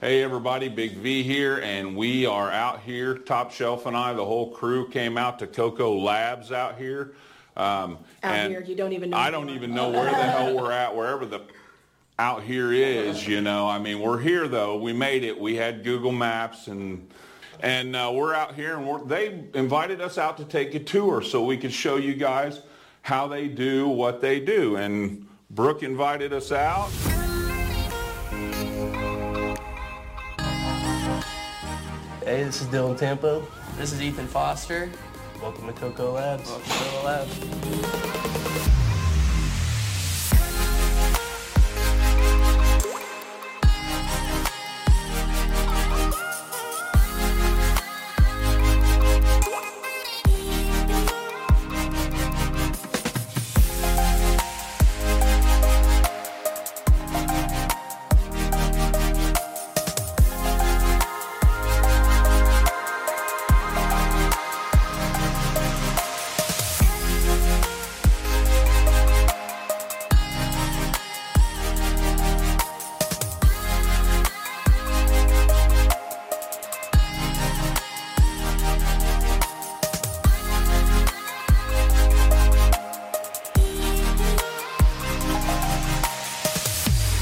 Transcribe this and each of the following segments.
Hey everybody, Big V here, and we are out here. Top Shelf and I, the whole crew, came out to Coco Labs out here. Um, Out and here, you don't even know I where don't you are. even know where the hell we're at. Wherever the out here is, you know. I mean, we're here though. We made it. We had Google Maps and and uh, we're out here, and we're, they invited us out to take a tour so we could show you guys how they do what they do. And Brooke invited us out. Hey, this is Dylan Tampo. This is Ethan Foster. Welcome to Coco Labs. Welcome to the lab.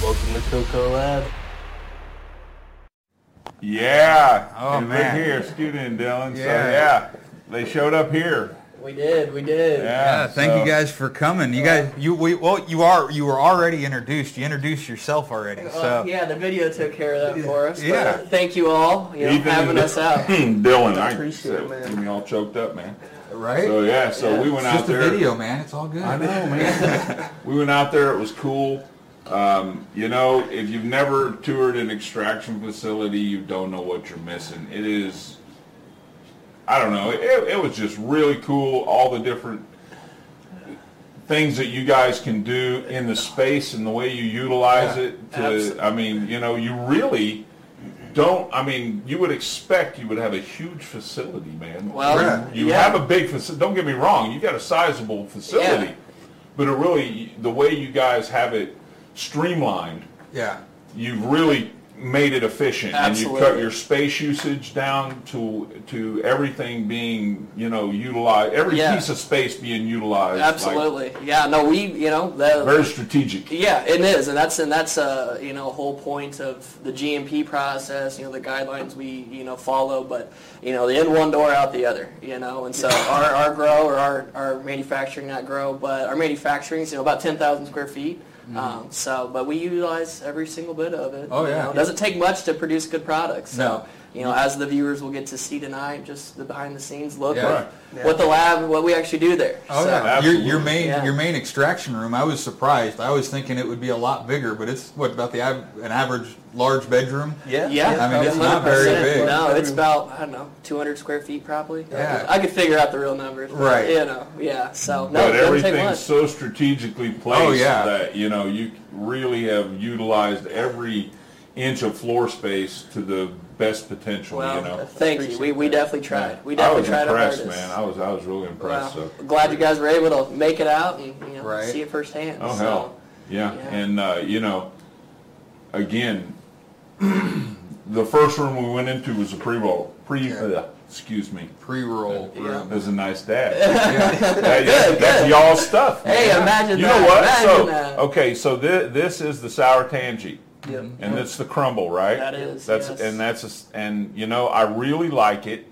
Welcome to Coco Lab. Yeah. Oh, and man. They're here, Scooter and Dylan. So Yeah. yeah, they showed up here. We did, we did. Yeah. Yeah, thank so- you guys for coming. You guys, you we well, you are you were already introduced. You introduced yourself already. Well, So Uh, yeah, the video took care of that for us. but Yeah. thank you all, you know, Ethan- having us out. Dylan, I Appreciate it, man. We all choked up, man. right, So yeah, so we went it's out just there. a video, man. It's all good. I know, man. we went out there. It was cool. Um, you know, if you've never toured an extraction facility, you don't know what you're missing. It is, I don't know. It, it was just really cool. All the different things that you guys can do in the space and the way you utilize it. To, abso- I mean, you know, you really don't. I mean, you would expect you would have a huge facility, man. Well, Yeah. You yeah. have a big facility. Don't get me wrong. You got a sizable facility, Yeah. but it really the way you guys have it streamlined, Yeah, you've really made it efficient, and you cut Absolutely. your space usage down to to everything being you know utilized, every Yeah. piece of space being utilized. like, Absolutely. yeah, no, we, you know, the, very strategic. Yeah, it is, and that's and that's uh, you know whole point of the GMP process. You know the guidelines we you know follow, but you know the in one door out the other. You know, and so our, our grow or our, our manufacturing not grow, but our manufacturing's you know about ten thousand square feet. Um, so, but we utilize every single bit of it. Mm-hmm. Oh, you yeah. know. it doesn't take much to produce good products. So No. you know, as the viewers will get to see tonight, just the behind the scenes look Yeah. of what the lab, what we actually do there. oh so, yeah. Your, your Absolutely. main Yeah. your main extraction room. I was surprised. I was thinking it would be a lot bigger, but it's what about the av- an average large bedroom? Yeah. Yeah, I mean, it's not very 100%. big. No, it's about I don't know, 200 square feet probably. Yeah. I could figure out the real numbers. but, Right. You know, yeah. So no, But it doesn't take everything's much. so strategically placed Oh, yeah. that you know you really have utilized every inch of floor space to the best potential. well, you know, thank you. We, we definitely tried. We I definitely was tried our impressed, hardest. man. I was I was really Wow. impressed. So. Glad you guys were able to make it out and you know, Right. see it firsthand. Oh so. hell, yeah. yeah. And uh, you know, again, the first room we went into was a pre-roll. Pre, Yeah. uh, excuse me. Pre-roll room. That was a nice dad. Yeah. That- that's, good. y'all stuff. man. Hey, imagine you that. know what? Imagine so that. okay, so this this is the sour tangy. Yep. And it's the crumble, right? That is, That's yes. and that's a s and you know I really like it.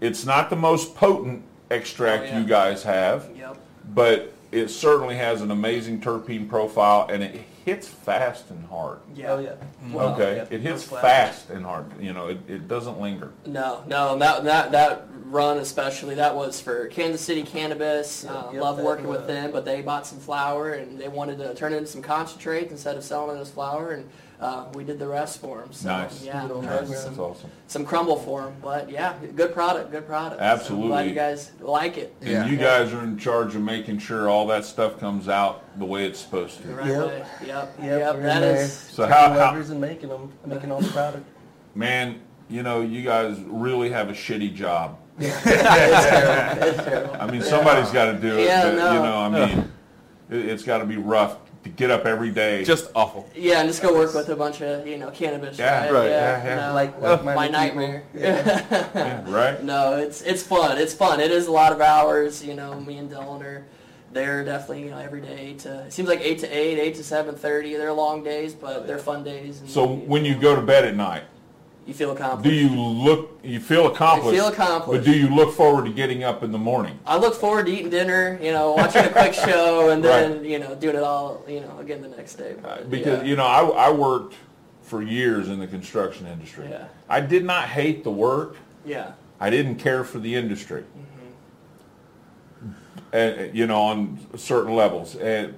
It's not the most potent extract Oh, yeah. you guys have, Yep. but it certainly has an amazing terpene profile and it hits fast and hard. Yeah. Oh, yeah. Wow, okay, yep. it hits I'm glad. fast and hard. You know, it, it doesn't linger. No, no, that that that run especially that was for Kansas City Cannabis. uh, yep, love that, working with uh, them, but they bought some flour and they wanted to turn it into some concentrate instead of selling it as flour, and uh, we did the rest for them. So, Nice. Yeah, Good old turned program. That's some, awesome. some crumble for them, but yeah, good product, good product. So, Absolutely. glad you guys like it. And Yeah. you guys are in charge of making sure all that stuff comes out the way it's supposed to. The Right Yep. Way. Yep. Yep, Yep. we're That in is. So there. how- Taking how- levers and making them, making all the product. Man, you know, you guys really have a shitty job. That's terrible. I mean, somebody's got to do it. Yeah, but, no. You know, I mean, it, it's got to be rough to get up every day. Just awful. Yeah, and just go work with a bunch of you know cannabis. Yeah, right, yeah, yeah. Oh. no. Like- Oh, like my minded people. nightmare. Yeah, right? No, it's it's fun. It's fun. It is a lot of hours. You know, me and Dylan are there definitely you know every day to. It seems like eight to eight, eight to seven thirty. They're long days, but they're fun days. And So when you go to bed at night, you feel accomplished. do you look? You feel accomplished. I feel But accomplished. do you look forward to getting up in the morning? I look forward to eating dinner, you know, watching a quick show, and Right. then you know doing it all, you know, again the next day. But, Because yeah. you know, I, I worked for years in the construction industry. Yeah. I did not hate the work. yeah, I didn't care for the industry. And, you know, on certain levels. And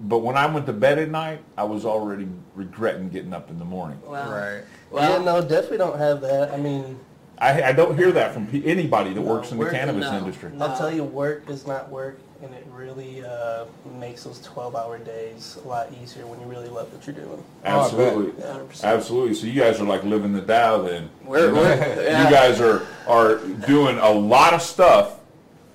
but when I went to bed at night, I was already regretting getting up in the morning. wow, Right. Well, yeah, no, definitely don't have that. I mean, I, I don't hear that from pe- anybody that works in the we're- cannabis no. industry. No. I'll tell you, work is not work, and it really uh, makes those 12-hour days a lot easier when you really love what you're doing. Absolutely, bet. 100%. absolutely. So you guys are like living the Tao then. We're- you, know? we're- You yeah. guys are are doing a lot of stuff,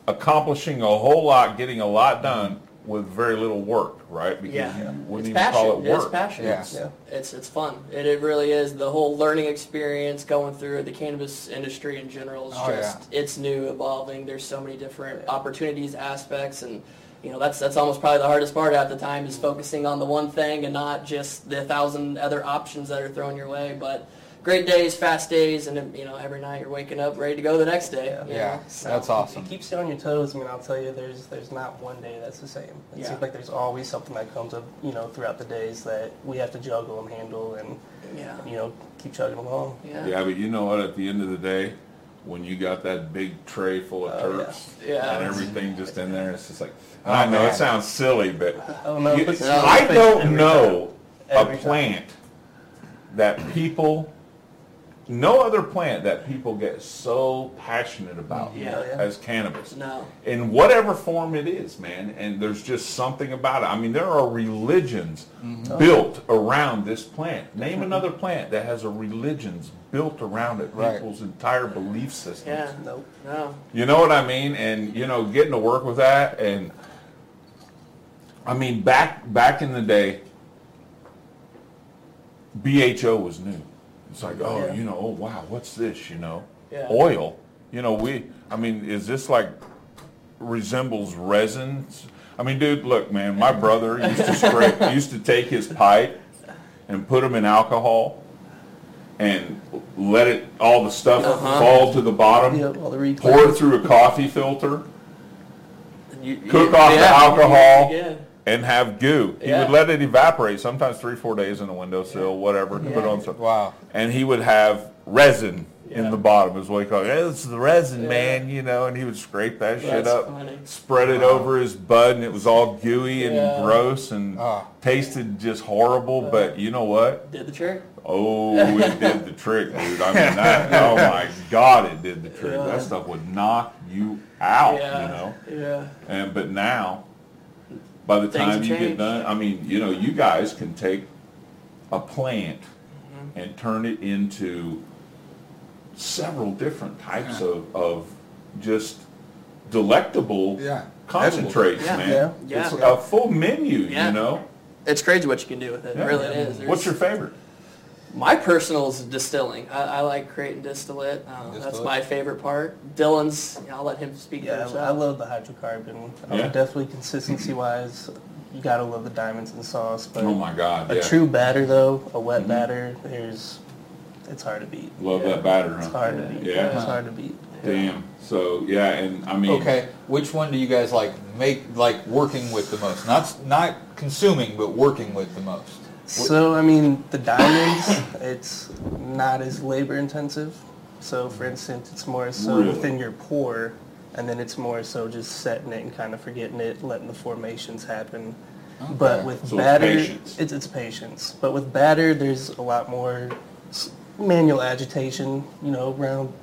accomplishing a whole lot, getting a lot done with very little work, right? Because Yeah. you wouldn't it's even passion. call it work. It's passion. Yeah. Yeah. It's it's fun. It, it really is. The whole learning experience going through it, the cannabis industry in general is Oh, yeah. just it's new, evolving. There's so many different opportunities, aspects, and you know that's that's almost probably the hardest part at the time is focusing on the one thing and not just the thousand other options that are thrown your way. But great days, fast days, and you know every night you're waking up ready to go the next day. Yeah. you Yeah, know, so. that's awesome. It keeps you on your toes. I mean, I'll tell you, there's there's not one day that's the same. It Yeah. seems like there's always something that comes up, you know, throughout the days that we have to juggle and handle, and Yeah. you know, keep chugging along. Yeah. Yeah, but you know what? At the end of the day, when you got that big tray full of Oh, turps yeah. Yeah. and everything just in there, it's just like Oh, I know man. it sounds silly, but Oh no, you- but I don't Every know Every a time. plant that people, no other plant that people get so passionate about Yeah. Yeah. as cannabis No. in whatever form it is, man. And there's just something about it. I mean, there are religions Mm-hmm. built around this plant. Name another plant that has a religions built around it, Right. people's entire belief systems. Yeah. time. Nope. No. You know what I mean? And you know, getting to work with that and I mean back back in the day BHO was new. It's like, oh, Yeah. you know, oh wow, what's this, you know? Yeah. Oil. You know, we I mean, is this like resembles resin? I mean, dude, look, man, my brother used to scrape used to take his pipe and put them in alcohol and let it all the stuff Uh-huh. fall to the bottom Yeah, all the replays. pour it through a coffee filter, You, cook you- off the yeah. alcohol, Yeah. and have goo. He Yeah. would let it evaporate, sometimes three, four days in a windowsill, whatever, to put Yeah. on some. Wow. And he would have resin in Yeah. the bottom, is what he called it. "Eh, It's the resin, Yeah. man, you know, and he would scrape that shit That's up, funny. spread it over his bud, and it was all gooey and Yeah. Uh-huh. gross and Ah. tasted just horrible. But you know what? Did the trick. Oh, it did the trick, dude. I mean, that, oh my God, it did the trick. That stuff would knock you out, you know. Yeah. And but now, by the Things time have you get changed. done, I mean, you know, you guys can take a plant Mm-hmm. and turn it into several different types of, of just delectable Yeah. concentrates, Yeah. man. Yeah. It's Yeah. a full menu, Yeah. you know. It's crazy what you can do with it. Yeah. It really is. What's There's- your favorite? My personal is distilling. I, I like creating distillate. Um, That's Distillate. my favorite part. Dylan's. I'll let him speak for Yeah, I, I himself. love the hydrocarbon. Um, Yeah. Definitely consistency-wise, you gotta love the diamonds and sauce. But Oh my God! a yeah. true batter though, a wet batter, there's it's hard to beat. Love Yeah. that batter, It's huh? hard to beat. Yeah. It's hard to beat. Damn. So yeah, and I mean, Okay, which one do you guys like make like working with the most? Not not consuming, but working with the most. So I mean, the diamonds, it's not as labor intensive. So for instance, it's more so Really? within your pour, and then it's more so just setting it and kind of forgetting it, letting the formations happen. But Okay. with So it's batter, patience. it's it's patience. But with batter, there's a lot more s- manual agitation. You know, around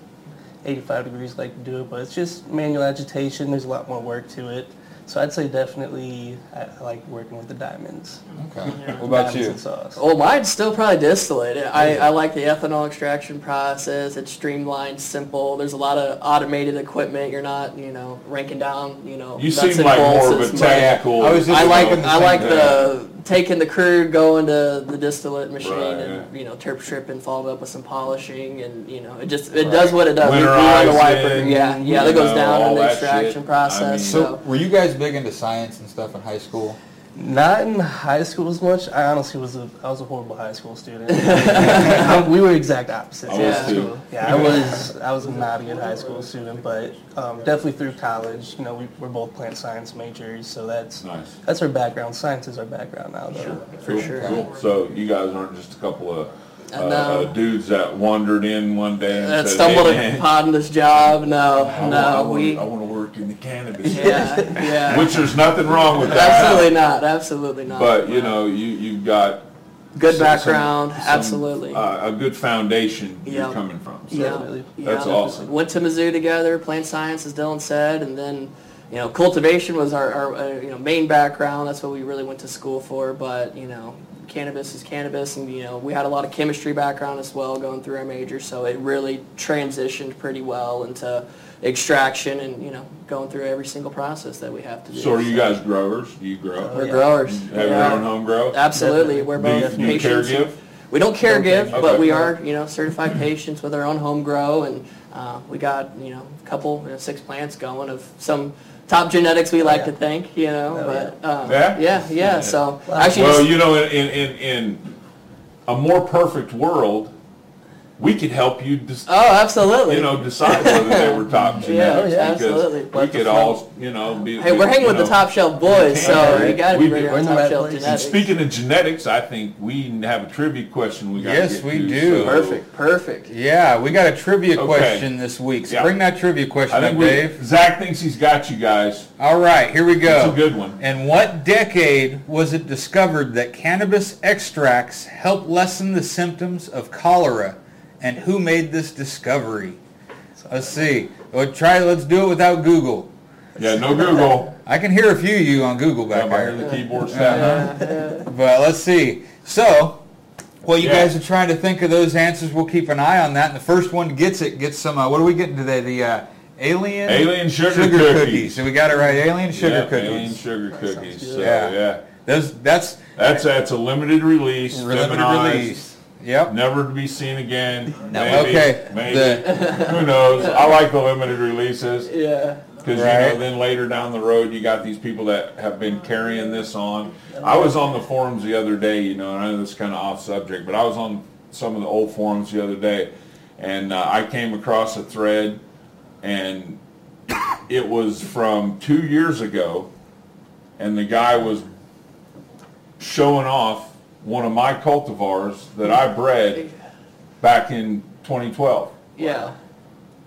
85 degrees like to do it, but it's just manual agitation. There's a lot more work to it. So I'd say definitely I, I like working with the diamonds. Okay. What about Diamonds you? and sauce. Well, mine's still probably distillate. I, I like the ethanol extraction process. It's streamlined, simple. There's a lot of automated equipment. You're not, you know, ranking down, you know. you nuts seem and like bolts. more of It's a technical. I was just I like thinking the I same like thing. the taking the crude, going to the distillate machine, Right, and yeah. you know terp strip and followed up with some polishing, and you know it just it does what it does. We- we run the Winterizing, wiper, yeah, yeah, that you goes know, down all in the that shit. extraction I mean- process. So, so were you guys big into science and stuff in high school? Not in high school as much. I honestly was a I was a horrible high school student. Um, we were exact opposites. I in was high too. school. Yeah, I was I was not a good high school student, but um, definitely through college, you know, we, we're both plant science majors, so that's Nice. that's our background. Science is our background now, though. For Cool, sure. cool. So you guys aren't just a couple of uh, Uh, no. uh, dudes that wandered in one day and that said, Uh, stumbled "Hey, man, upon this job. No, I wa- I no, wanna- we I want to work in the cannabis. yeah, yeah, Which there's nothing wrong with that. absolutely not, absolutely not. But you know, you you've got good some- background, some- some, absolutely. uh, a good foundation you're Yeah. coming from. So Yeah, Definitely. That's yeah. awesome. Went to Mizzou together, plant science, as Dylan said, and then you know cultivation was our, our uh, you know main background. That's what we really went to school for. But you know cannabis is cannabis, and you know we had a lot of chemistry background as well going through our major, so it really transitioned pretty well into extraction and you know going through every single process that we have to do. So are you guys growers? Do you grow? We're Yeah. growers. Have Yeah. your own home grow? Absolutely, we're Do you, both do you care patients. give? We don't care give, Okay. but we Okay. are, you know, certified patients with our own home grow, and uh, we got, you know, a couple, you know, six plants going of some top genetics we like yeah. to think, you know, Oh, but uh, Yeah? yeah, yeah. So Wow. actually, Well, just- you know, in, in, in, in a more perfect world, we could help you dis- oh, absolutely. you know, decide whether they were top genetics. yeah, because absolutely. We What the could fuck? all, you know, be. hey, be- we're hanging you with know. the top shelf boys, so you got to We be do. ready We're on in the top right shelf place. And And genetics. speaking of genetics, I think we have a trivia question we got Yes, get we to, do. so- perfect, perfect. Yeah, we got a trivia Okay. question this week. So Yeah. bring that trivia I question up, think we, Dave. Zach thinks he's got you guys. All right, here we go. It's a good one. In what decade was it discovered that cannabis extracts help lessen the symptoms of cholera? And who made this discovery? Let's see. Well, try. Let's do it without Google. Yeah, no Google. I can hear a few of you on Google back I'm there. here the keyboard Uh, sound. But let's see. So, while you Yeah. guys are trying to think of those answers, we'll keep an eye on that. And the first one gets it gets some. Uh, what are we getting today? The uh, alien Alien sugar cookies. So we got it right. Alien sugar yeah, cookies. alien sugar cookies. So, Yeah. yeah. Those that's That's that's a limited release. limited feminized, release. Yep. Never to be seen again. No, Maybe, okay. Maybe. The- Who knows? I like the limited releases. Yeah. Because you Right. know, then later down the road, you got these people that have been carrying this on. I was on the forums the other day, you know, and I know this is kind of off subject, but I was on some of the old forums the other day, and uh, I came across a thread, and it was from two years ago, and the guy was showing off one of my cultivars that I bred back in 2012. Yeah.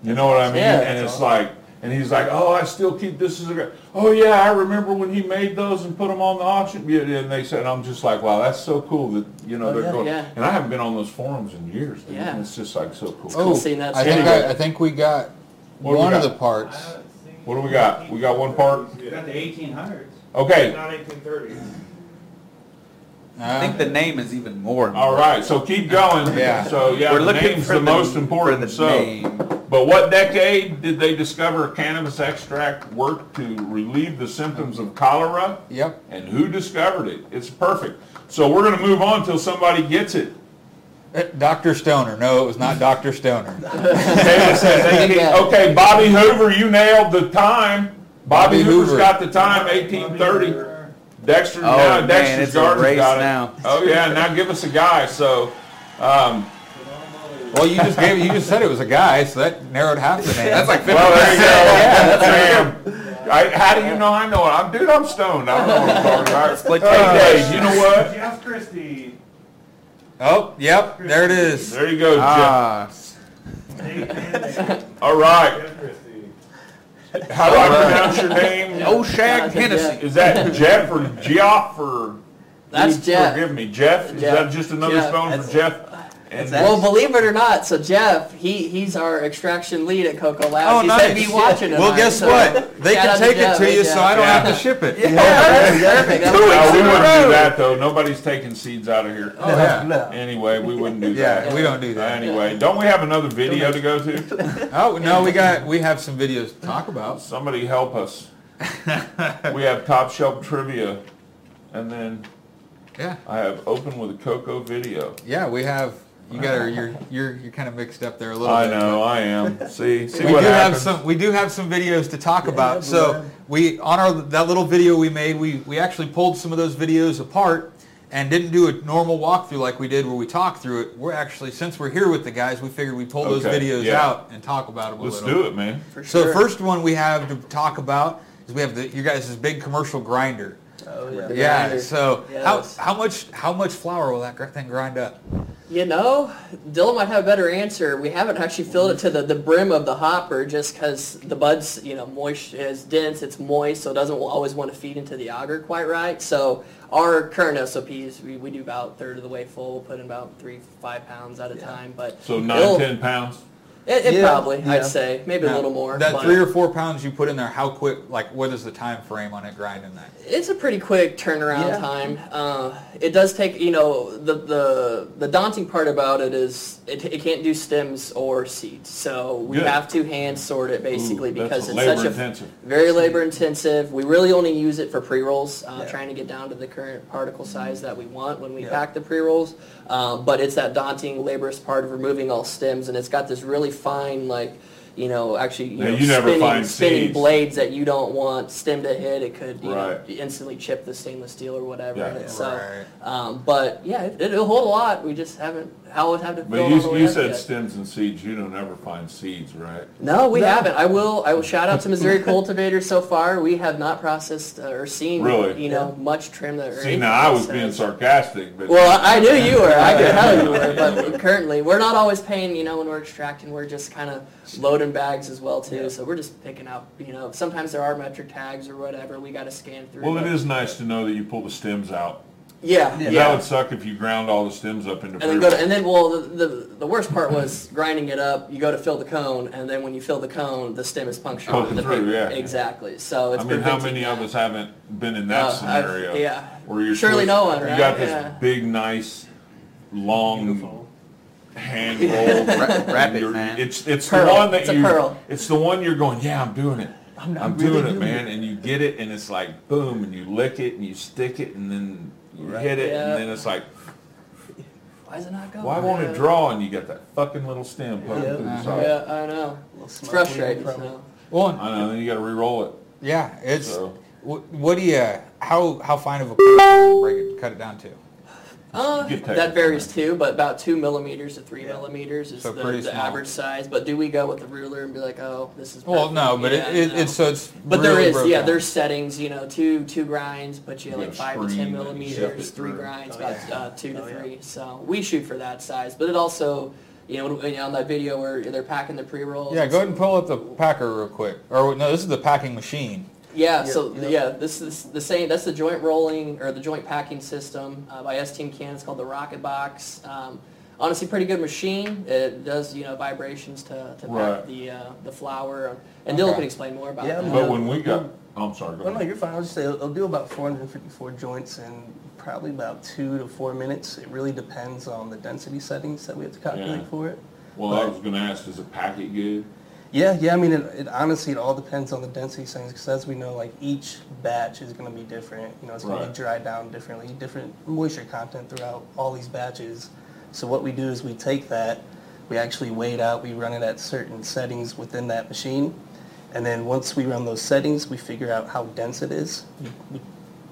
You know what I mean? Yeah, and that's it's like, and he's like, oh, I still keep this as a. gra- Oh yeah, I remember when he made those and put them on the auction. Yeah, And they said, and I'm just like, wow, that's so cool that you know Oh, they're yeah, going. yeah. And I haven't been on those forums in years. Dude. Yeah. Oh. And it's just like so cool. cool seeing that Oh, I think stuff. I, I think we got What do we one of got? the parts. What do we got? We got one part. You got the 1800s. Okay. Not 1830s. I Uh, think the name is even more. All right. So keep going. Yeah. So Oh, yeah, We're the looking name's for the, most for important. the so. name. But what decade did they discover cannabis extract worked to relieve the symptoms of cholera? Yep. And who discovered it? It's perfect. So we're going to move on till somebody gets it. uh, Dr. Stoner. No, it was not Dr. Stoner. Taylor says 18 Yeah. Okay, Bobby Hoover, you nailed the time. Bobby Bobby Hoover's Hoover. got the time, 1830. Dexter, Oh, now man, Dexter's it's a Gardner's race got it. now. Oh yeah, now give us a guy. So, um, Well, you just gave you just said it was a guy, so that narrowed half the name. That's like 50 well, there you go. Damn. I, how do you know I know it? I'm dude. I'm stoned. I don't know what I'm talking about. Split Hey, Dave, you know what? Jeff Christie. oh, yep, there it is. There you go, Jeff. Ah, Dave Manning. All right. Jeff Christie. How do I pronounce your name? Oshag Hennessy. Is that Jeff or Jeff or? That's dude, Jeff. Forgive me, Jeff? Is Jeff. that just another Jeff. spelling for Jeff? And That's- Well, believe it or not, so Jeff, he he's our extraction lead at Cocoa Labs. Oh, he nice. said he'd be watching it. Well, guess what? They shout out can to take it Jeff, to hey, you, so Jeff. I don't Yeah. have to ship it. Perfect. No, That's- we wouldn't do that though. Nobody's taking seeds out of here. Oh, yeah. No. Anyway, we wouldn't do that. Yeah, we don't do that. Anyway, don't we have another video to go to? Oh no, we got we have some videos to talk about. Somebody help us. We have top shelf trivia, and then Yeah, I have open with a cocoa video. yeah, we have. You got to you're you're you're kind of mixed up there a little. I bit, know, I am. See, see we do what have happens. some we do have some videos to talk about but so we're- we on our that little video we made we we actually pulled some of those videos apart and didn't do a normal walkthrough like we did where we talked through it we're actually since we're here with the guys we figured we'd pull those Okay, videos yeah. out and talk about them a Let's little do it, man. For so sure. first one we have to talk about is we have the you guys this big commercial grinder Oh yeah. yeah Grinder. so Yes. how how much how much flour will that gr- thing grind up You know, Dylan might have a better answer. We haven't actually filled it to the, the brim of the hopper just because the bud's, you know, moist is dense, it's moist, so it doesn't always want to feed into the auger quite right. So our current SOPs, we, we do about a third of the way full, put in about three, five pounds at a time. But So it'll- nine, ten pounds. It, it Yeah, probably, yeah. I'd say, maybe a Now, little more. that but- three or four pounds you put in there how quick like what is the time frame on it grinding that it's a pretty quick turnaround Yeah. time. Uh, it does take, you know, the, the the daunting part about it is it, it can't do stems or seeds, so we Good. have to hand sort it basically Ooh, because that's it's labor such a intensive. very labor intensive. We really only use it for pre rolls, uh, Yeah. trying to get down to the current particle size that we want when we Yeah. pack the pre rolls. Uh, but it's that daunting, laborious part of removing all stems, and it's got this really fine like. You know, actually, you, Now, know, you never spinning, find spinning seeds. blade blades that you don't want stem to hit. It could you Right. know, instantly chip the stainless steel or whatever. Yeah. in it. So, Right. um, but yeah, it, it'll hold a lot. We just haven't how it have to. But fill it all the you, way you up said yet. stems and seeds. You don't ever find seeds, right? No, we No. haven't. I will. I will shout out to Missouri Cultivators. So far, we have not processed uh, or seen Really? you know much trim that. or See, anything now I was processed. being sarcastic, but Well, I I knew you were. I could tell you were. But currently, we're not always paying. You know, when we're extracting, we're just kind of loading bags as well too. So we're just picking up. You know, sometimes there are metric tags or whatever. We got to scan through. well, it but- is nice to know that you pull the stems out. Yeah, yeah. 'Cause That would suck if you ground all the stems up into. And then go to, and then well, the, the the worst part was grinding it up. You go to fill the cone, and then when you fill the cone, the stem is punctured. Poking The big- through, yeah. Exactly. So I it's mean, how preventing many that. of us haven't been in that Uh, I've- scenario? yeah. Where you're supposed- Surely no one, You right? got this Yeah. big, nice, long Beautiful. hand rolled. Wrap- wrap it, you're- man. It's it's the Pearl. one that It's a you. pearl. It's the one you're going. Yeah, I'm doing it. I'm, not doing really it, doing man. And you get it, and it's like boom, and you lick it, and you stick it, and then you Right. hit it, Yeah. and then it's like, Why is it not going? why won't Yeah. Uh-huh. it draw? And you got that fucking little stem poking Yeah. through the side. Yeah, I know. It's smoke frustrating. problem. so. well and- I know. Then you got to re-roll it. Yeah, it's So- what, what do you how how fine of a break it cut it down to? Uh, You get tired. that varies too, but about two millimeters to three millimeters is So the, pretty the small. average size. But do we go with the ruler and be like, oh, this is? Well, no, perfect? but Yeah, it, it, no. it's so it's But there really is, broke yeah, down. there's settings, you know, two two grinds, but you have You like got a five to screen ten and you millimeters, shift it three through. grinds, Oh, about yeah. uh, two to Oh, yeah. three. So we shoot for that size, but it also, you know, when- you know, on that video where they're packing the pre rolls. yeah. Go ahead and pull up the packer real quick. Or no, this is the packing machine. Yeah, Yeah, so yeah. yeah, this is the same. That's the joint rolling or the joint packing system uh, by S Team Can. It's called the Rocket Box. Um, honestly, pretty good machine. It does you know vibrations to, to pack Right. the uh, the flour. And Dylan Okay. can explain more about Yeah, that. I'm But Yeah. when we got, I'm sorry. Go Well, no, ahead. you're fine. I'll just say it'll, it'll do about 454 joints in probably about two to four minutes. It really depends on the density settings that we have to calculate Yeah. for it. Well, I was going to ask, is a packet good? Yeah, yeah. I mean, it, it honestly, it all depends on the density settings because, as we know, like each batch is going to be different. You know, it's going to Right. be dried down differently, different moisture content throughout all these batches. So what we do is we take that, we actually weigh it out, we run it at certain settings within that machine, and then once we run those settings, we figure out how dense it is. We, we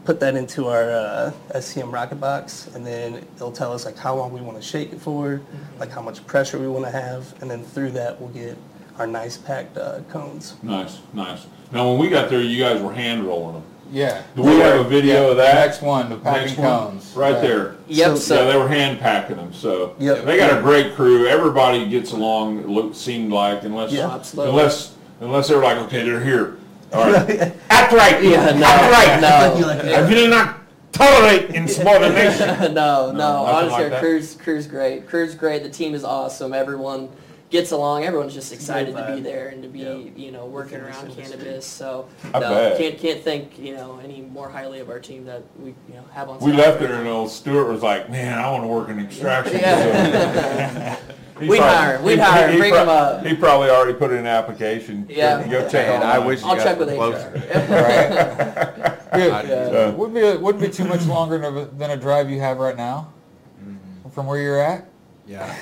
put that into our uh, SCM rocket box, and then it'll tell us like how long we want to shake it for, like how much pressure we want to have, and then through that we'll get our nice packed uh, cones. Nice, nice. Now, when we got there, you guys were hand rolling them. Yeah. Do we have a video of that? Next one, the packing Next one, cones. Right Yeah. there. Yep. So, So- yeah, they were hand packing them. So Yep. they got a great crew. Everybody gets along. It looked, seemed like unless Yeah. Absolutely. unless unless they're like, okay, they're here. All right, act right. Yeah, no, act right. no. You're like, I will not tolerate insubordination. no, no, nothing honestly, like that. crew's crew's great. Crew's great. The team is awesome. Everyone gets along. Everyone's just excited to be vibe. there and to be Yeah. you know working Within this around industry. cannabis. So I no, bet. can't can't think you know any more highly of our team that we you know have on. We staff left right it, now. and old Stewart was like, "Man, I want to work in extraction." Yeah. facility." We'd hire him. We'd hire him. Bring him up. He probably already put in an application. Yeah. Go check Man, I online. wish you I'll got check with closer. HR. Right. Dude, Yeah. Wouldn't be wouldn't be too much longer than a- than a drive you have right now, Mm-hmm. from where you're at. Yeah.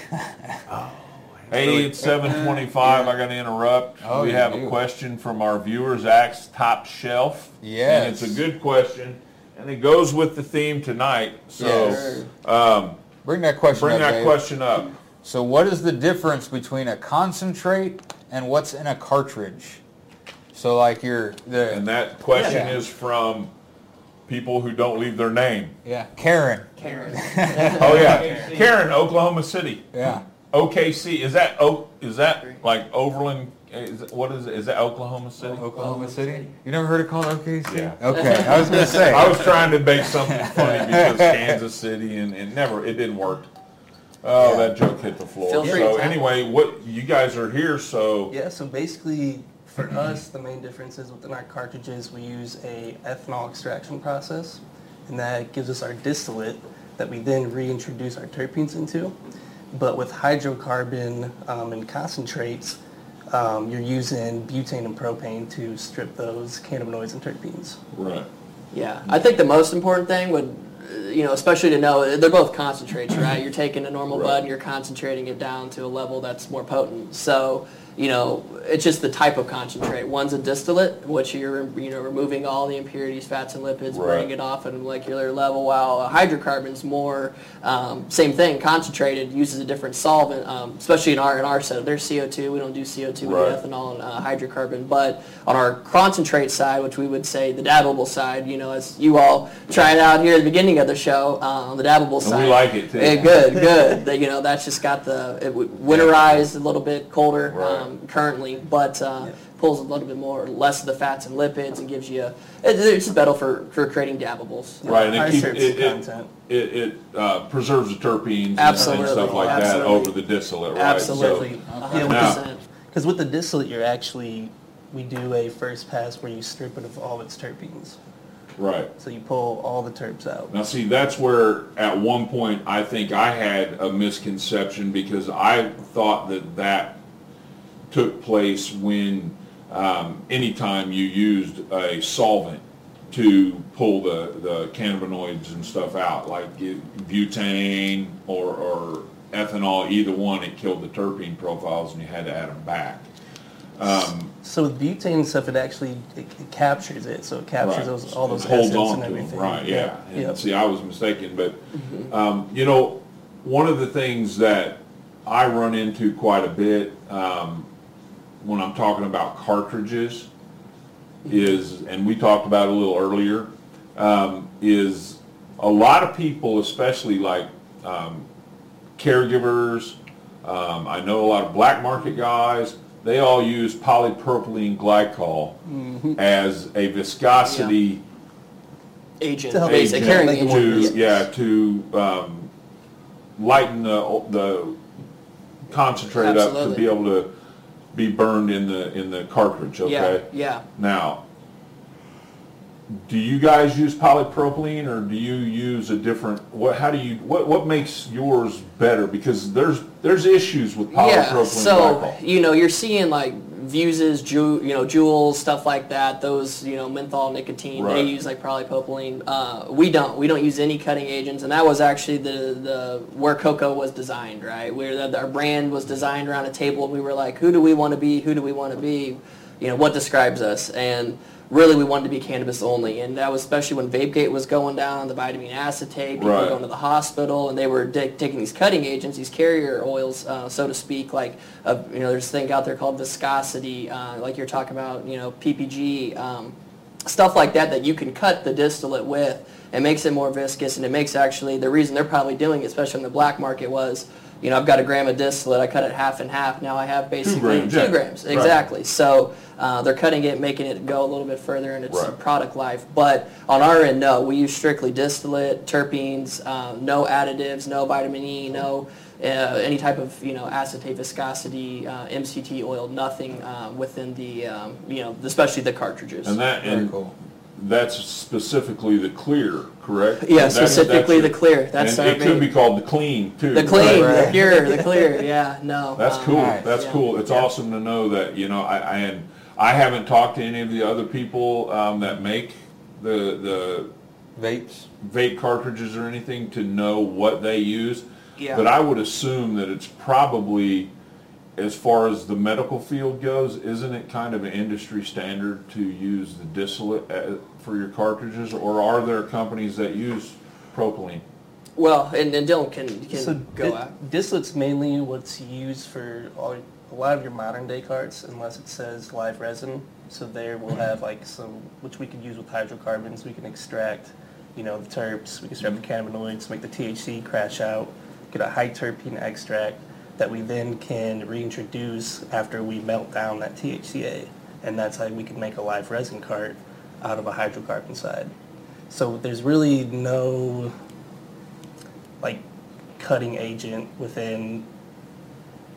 Hey, it's seven twenty-five. I gotta interrupt. Oh, We you have do. a question from our viewers, Axe Top Shelf. Yes. And it's a good question, and it goes with the theme tonight, Yes. so, um, Bring that question. bring up, that Dave. question up. So, what is the difference between a concentrate and what's in a cartridge? So, like your And the that question Yeah. is from people who don't leave their name. yeah Karen. Karen. Oh, yeah. Karen, Oklahoma City. Yeah. OKC, is that, O- is that like Overland, is, it- what is it, is that Oklahoma City? Oklahoma City. You never heard it called OKC? Yeah. Okay, I was gonna say. I was trying to make something funny because Kansas City and it never, it didn't work. Oh, that joke hit the floor. Feel free, So Tom. anyway, what, you guys are here, so, Yeah, so basically for us, the main difference is within our cartridges, we use a ethanol extraction process, and that gives us our distillate that we then reintroduce our terpenes into. But with hydrocarbon um, and concentrates, um, you're using butane and propane to strip those cannabinoids and terpenes. right. Yeah, I think the most important thing would, uh, you know, especially to know they're both concentrates, right? You're taking a normal bud and you're concentrating it down to a level that's more potent. So, you know, it's just the type of concentrate. One's a distillate, which you're you know removing all the impurities, fats, and lipids, burning Right. it off at a molecular level. While a hydrocarbon's more um, same thing, concentrated, uses a different solvent, um, especially in our in our setup. There's CO2. We don't do CO2. We do Right. ethanol ethanol and uh, hydrocarbon. But on our concentrate side, which we would say the dabbable side, you know, as you all tried out here at the beginning of the show, uh, on the dabbable And side. we like it too. Eh, good, good. That, you know, that's just got the it w- winterized a little bit colder Right. um, currently, but uh, Yeah. pulls a little bit more, less of the fats and lipids, and gives you a. It, it's just better for for creating dabbables. Right, and High it keeps, it, surface it, content. it, it uh, preserves the terpenes and- and Absolutely. stuff like that Absolutely. over the distillate, right? Absolutely, So- a Yeah, hundred Now- percent. Because with the distillate, you're actually, we do a first pass where you strip it of all its terpenes. Right. So you pull all the terps out. Now, see, that's where at one point I think I had a misconception because I thought that that took place when um, anytime you used a solvent to pull the, the cannabinoids and stuff out, like it- butane or, or ethanol, either one, it killed the terpene profiles and you had to add them back. Um, So with butane and stuff, it actually it, it captures it. So it captures Right. those all those Holds acids on and to 'em, everything. Right, yeah. Yeah. Mm-hmm. And see, I was mistaken, but, um, you know, one of the things that I run into quite a bit, um, when I'm talking about cartridges Mm-hmm. is, and we talked about it a little earlier, um, is a lot of people, especially like, um, caregivers, um, I know a lot of black market guys, they all use polypropylene glycol Mm-hmm. as a viscosity Agent, To help basic agent carrying Like agent. to, yeah, to um, lighten the, the concentrate up to Absolutely. be able to be burned in the, in the cartridge, yeah, okay? yeah. Now, do you guys use polypropylene or do you use a different, what, how do you, what, what makes yours better? Because there's, there's issues with Yeah, polypropylene so glycol. you know you're seeing like Vuses, ju- you know Juuls, stuff like that. Those you know menthol, nicotine. Right. They use like polypropylene. Uh, we don't. We don't use any cutting agents, and that was actually the the where cocoa was designed. Right, where the, our brand was designed around a table. We were like, who do we want to be? Who do we want to be? You know what describes us and. Really, we wanted to be cannabis only, and that was especially when VapeGate was going down, the vitamin acetate, people Right. going to the hospital, and they were di- taking these cutting agents, these carrier oils, uh, so to speak. Like, uh, you know, there's a thing out there called viscosity, uh, like you're talking about, you know, PPG, um, stuff like that that you can cut the distillate with. It makes it more viscous, and it makes actually the reason they're probably doing it, especially in the black market, was, you know, I've got a gram of distillate, I cut it half and half. Now I have basically grams, yeah. Right. exactly. So uh, they're cutting it, making it go a little bit further in its Right. product life. But on our end, no, we use strictly distillate, terpenes, um, no additives, no vitamin E, no uh, any type of you know acetate viscosity, uh, MCT oil, nothing uh, within the um, you know especially the cartridges. And that, Very and cool. that's specifically the clear, correct? Yeah, That's- that's specifically your- the clear. That's and our it could be main. called the clean too. The clean, Right, the right. pure, the clear. Yeah, no. That's um, cool. Nice. That's Yeah. cool. It's awesome to know that you know. I, I and I haven't talked to any of the other people um, that make the the Vapes. vape cartridges or anything to know what they use. Yeah. But I would assume that it's probably, as far as the medical field goes, isn't it kind of an industry standard to use the distillate uh, for your cartridges, or are there companies that use propylene? Well, and, and Dylan can can So go di- out. distillate's mainly what's used for all, a lot of your modern day carts, unless it says live resin. So there we'll Mm-hmm. have like some, which we could use with hydrocarbons. We can extract, you know, the terps. We can extract Mm-hmm. the cannabinoids, make the THC crash out, get a high terpene extract that we then can reintroduce after we melt down that THCA, and that's how we can make a live resin cart out of a hydrocarbon side. So there's really no like cutting agent within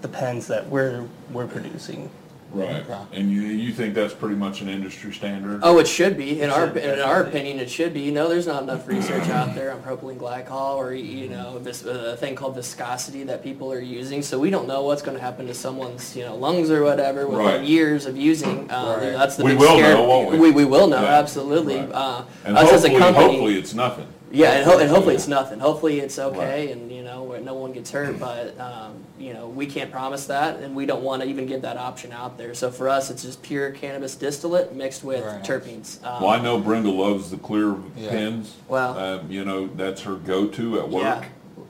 the pens that we're we're producing. Right. Okay. And you, you think that's pretty much an industry standard? Oh, it should be. In our should, in our definitely. opinion, it should be. You know, there's not enough research out there on propylene glycol or you know this uh, thing called viscosity that people are using. So we don't know what's going to happen to someone's you know lungs or whatever within Right. years of using. Uh, Right. That's the We big will scare. know, won't we? we will know Yeah. absolutely. Right. Uh, And us as hopefully, a company. hopefully it's nothing. Yeah, and, ho- and hopefully it's Yeah. nothing. Hopefully it's okay, and you know where no one gets hurt. But um, you know we can't promise that, and we don't want to even give that option out there. So for us, it's just pure cannabis distillate mixed with Very nice. terpenes. Um, Well, I know Brenda loves the clear Yeah. pens. Well- um, you know that's her go-to at work. Yeah.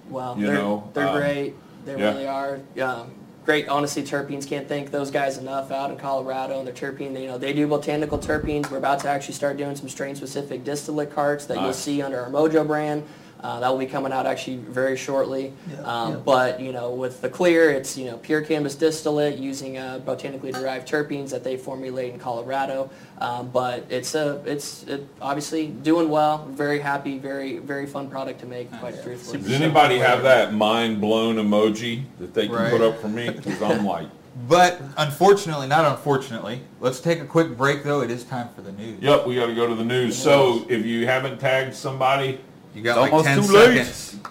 Well, you they're know, they're um, great. They yeah. really are. Um, great. Honestly, terpenes can't thank those guys enough out in Colorado and their terpene. You know, they do botanical terpenes. We're about to actually start doing some strain-specific distillate carts that you'll Nice. see under our Mojo brand. Uh, that will be coming out actually very shortly. Yeah, um, yeah. But you know, with the clear, it's you know pure cannabis distillate using uh, botanically derived terpenes that they formulate in Colorado. Um, but it's a it's it, obviously doing well. Very happy. Very very fun product to make. Quite truthfully. Does anybody have that mind blown emoji that they can Right. put up for me? Because I'm like, But unfortunately, not unfortunately, let's take a quick break though. It is time for the news. yep, we got to go to the news. So if you haven't tagged somebody, You got It's like almost 10 too late. seconds.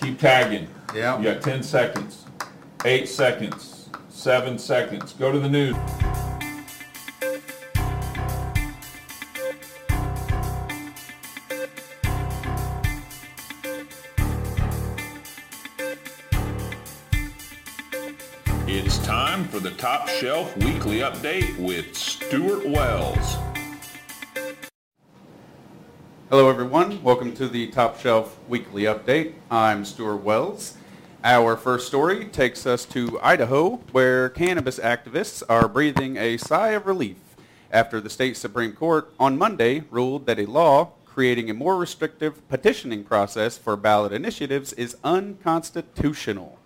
keep tagging. Yeah. You got 10 seconds, 8 seconds, 7 seconds. Go to the news. It's time for the Top Shelf Weekly Update with Stuart Wells. Hello, everyone. Welcome to the Top Shelf Weekly Update. I'm Stuart Wells. Our first story takes us to Idaho, where cannabis activists are breathing a sigh of relief after the state Supreme Court on Monday ruled that a law creating a more restrictive petitioning process for ballot initiatives is unconstitutional.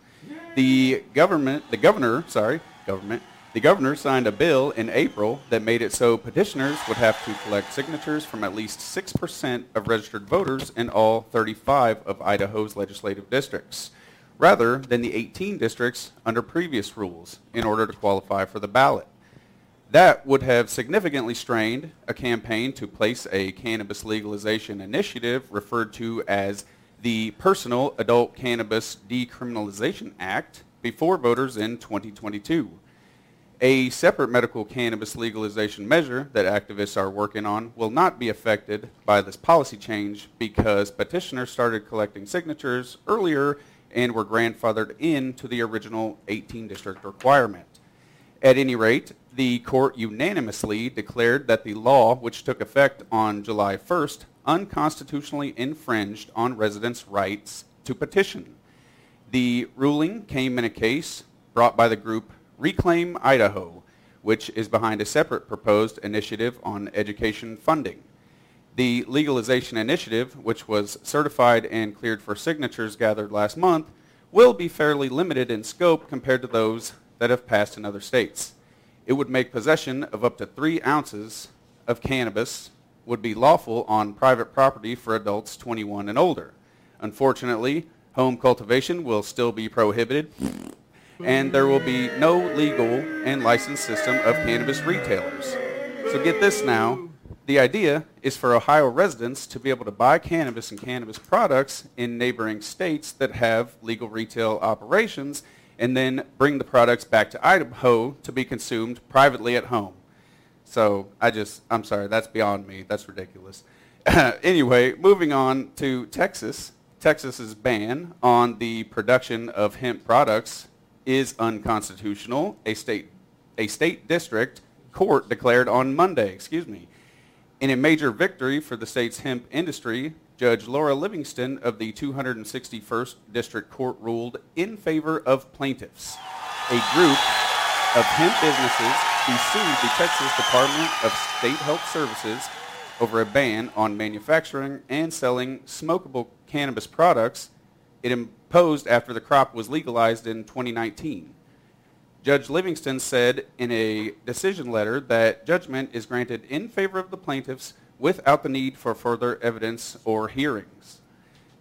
The government, the governor, sorry, government, the governor signed a bill in April that made it so petitioners would have to collect signatures from at least 6% of registered voters in all 35 of Idaho's legislative districts, rather than the 18 districts under previous rules in order to qualify for the ballot. That would have significantly strained a campaign to place a cannabis legalization initiative referred to as the Personal Adult Cannabis Decriminalization Act before voters in 2022. A separate medical cannabis legalization measure that activists are working on will not be affected by this policy change because petitioners started collecting signatures earlier and were grandfathered in to the original 18 district requirement. At any rate, the court unanimously declared that the law, which took effect on July 1st, unconstitutionally infringed on residents' rights to petition. The ruling came in a case brought by the group Reclaim Idaho, which is behind a separate proposed initiative on education funding. The legalization initiative, which was certified and cleared for signatures gathered last month, will be fairly limited in scope compared to those that have passed in other states. It would make possession of up to three ounces of cannabis would be lawful on private property for adults 21 and older. Unfortunately, home cultivation will still be prohibited, and there will be no legal and licensed system of cannabis retailers. So get this now, The idea is for Ohio residents to be able to buy cannabis and cannabis products in neighboring states that have legal retail operations and then bring the products back to Idaho to be consumed privately at home. So I just, I'm sorry, that's beyond me. That's ridiculous. anyway, moving on to Texas. Texas's ban on the production of hemp products is unconstitutional. A state, a state district court declared on Monday, excuse me. In a major victory for the state's hemp industry, Judge Laura Livingston of the 261st District Court ruled in favor of plaintiffs, a group of hemp businesses who sued the Texas Department of State Health Services over a ban on manufacturing and selling smokable cannabis products it imposed after the crop was legalized in 2019. Judge Livingston said in a decision letter that judgment is granted in favor of the plaintiffs without the need for further evidence or hearings.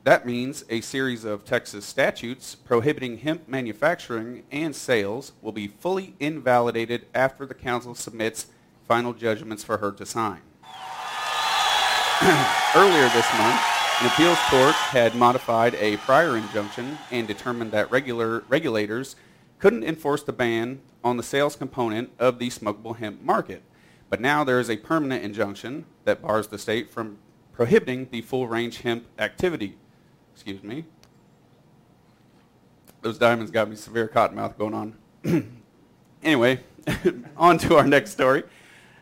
That means a series of Texas statutes prohibiting hemp manufacturing and sales will be fully invalidated after the council submits final judgments for her to sign. Earlier this month, an appeals court had modified a prior injunction and determined that regular regulators couldn't enforce the ban on the sales component of the smokable hemp market. But now there is a permanent injunction that bars the state from prohibiting the full range hemp activity. Excuse me. Those diamonds got me severe cotton mouth going on. anyway, on to our next story.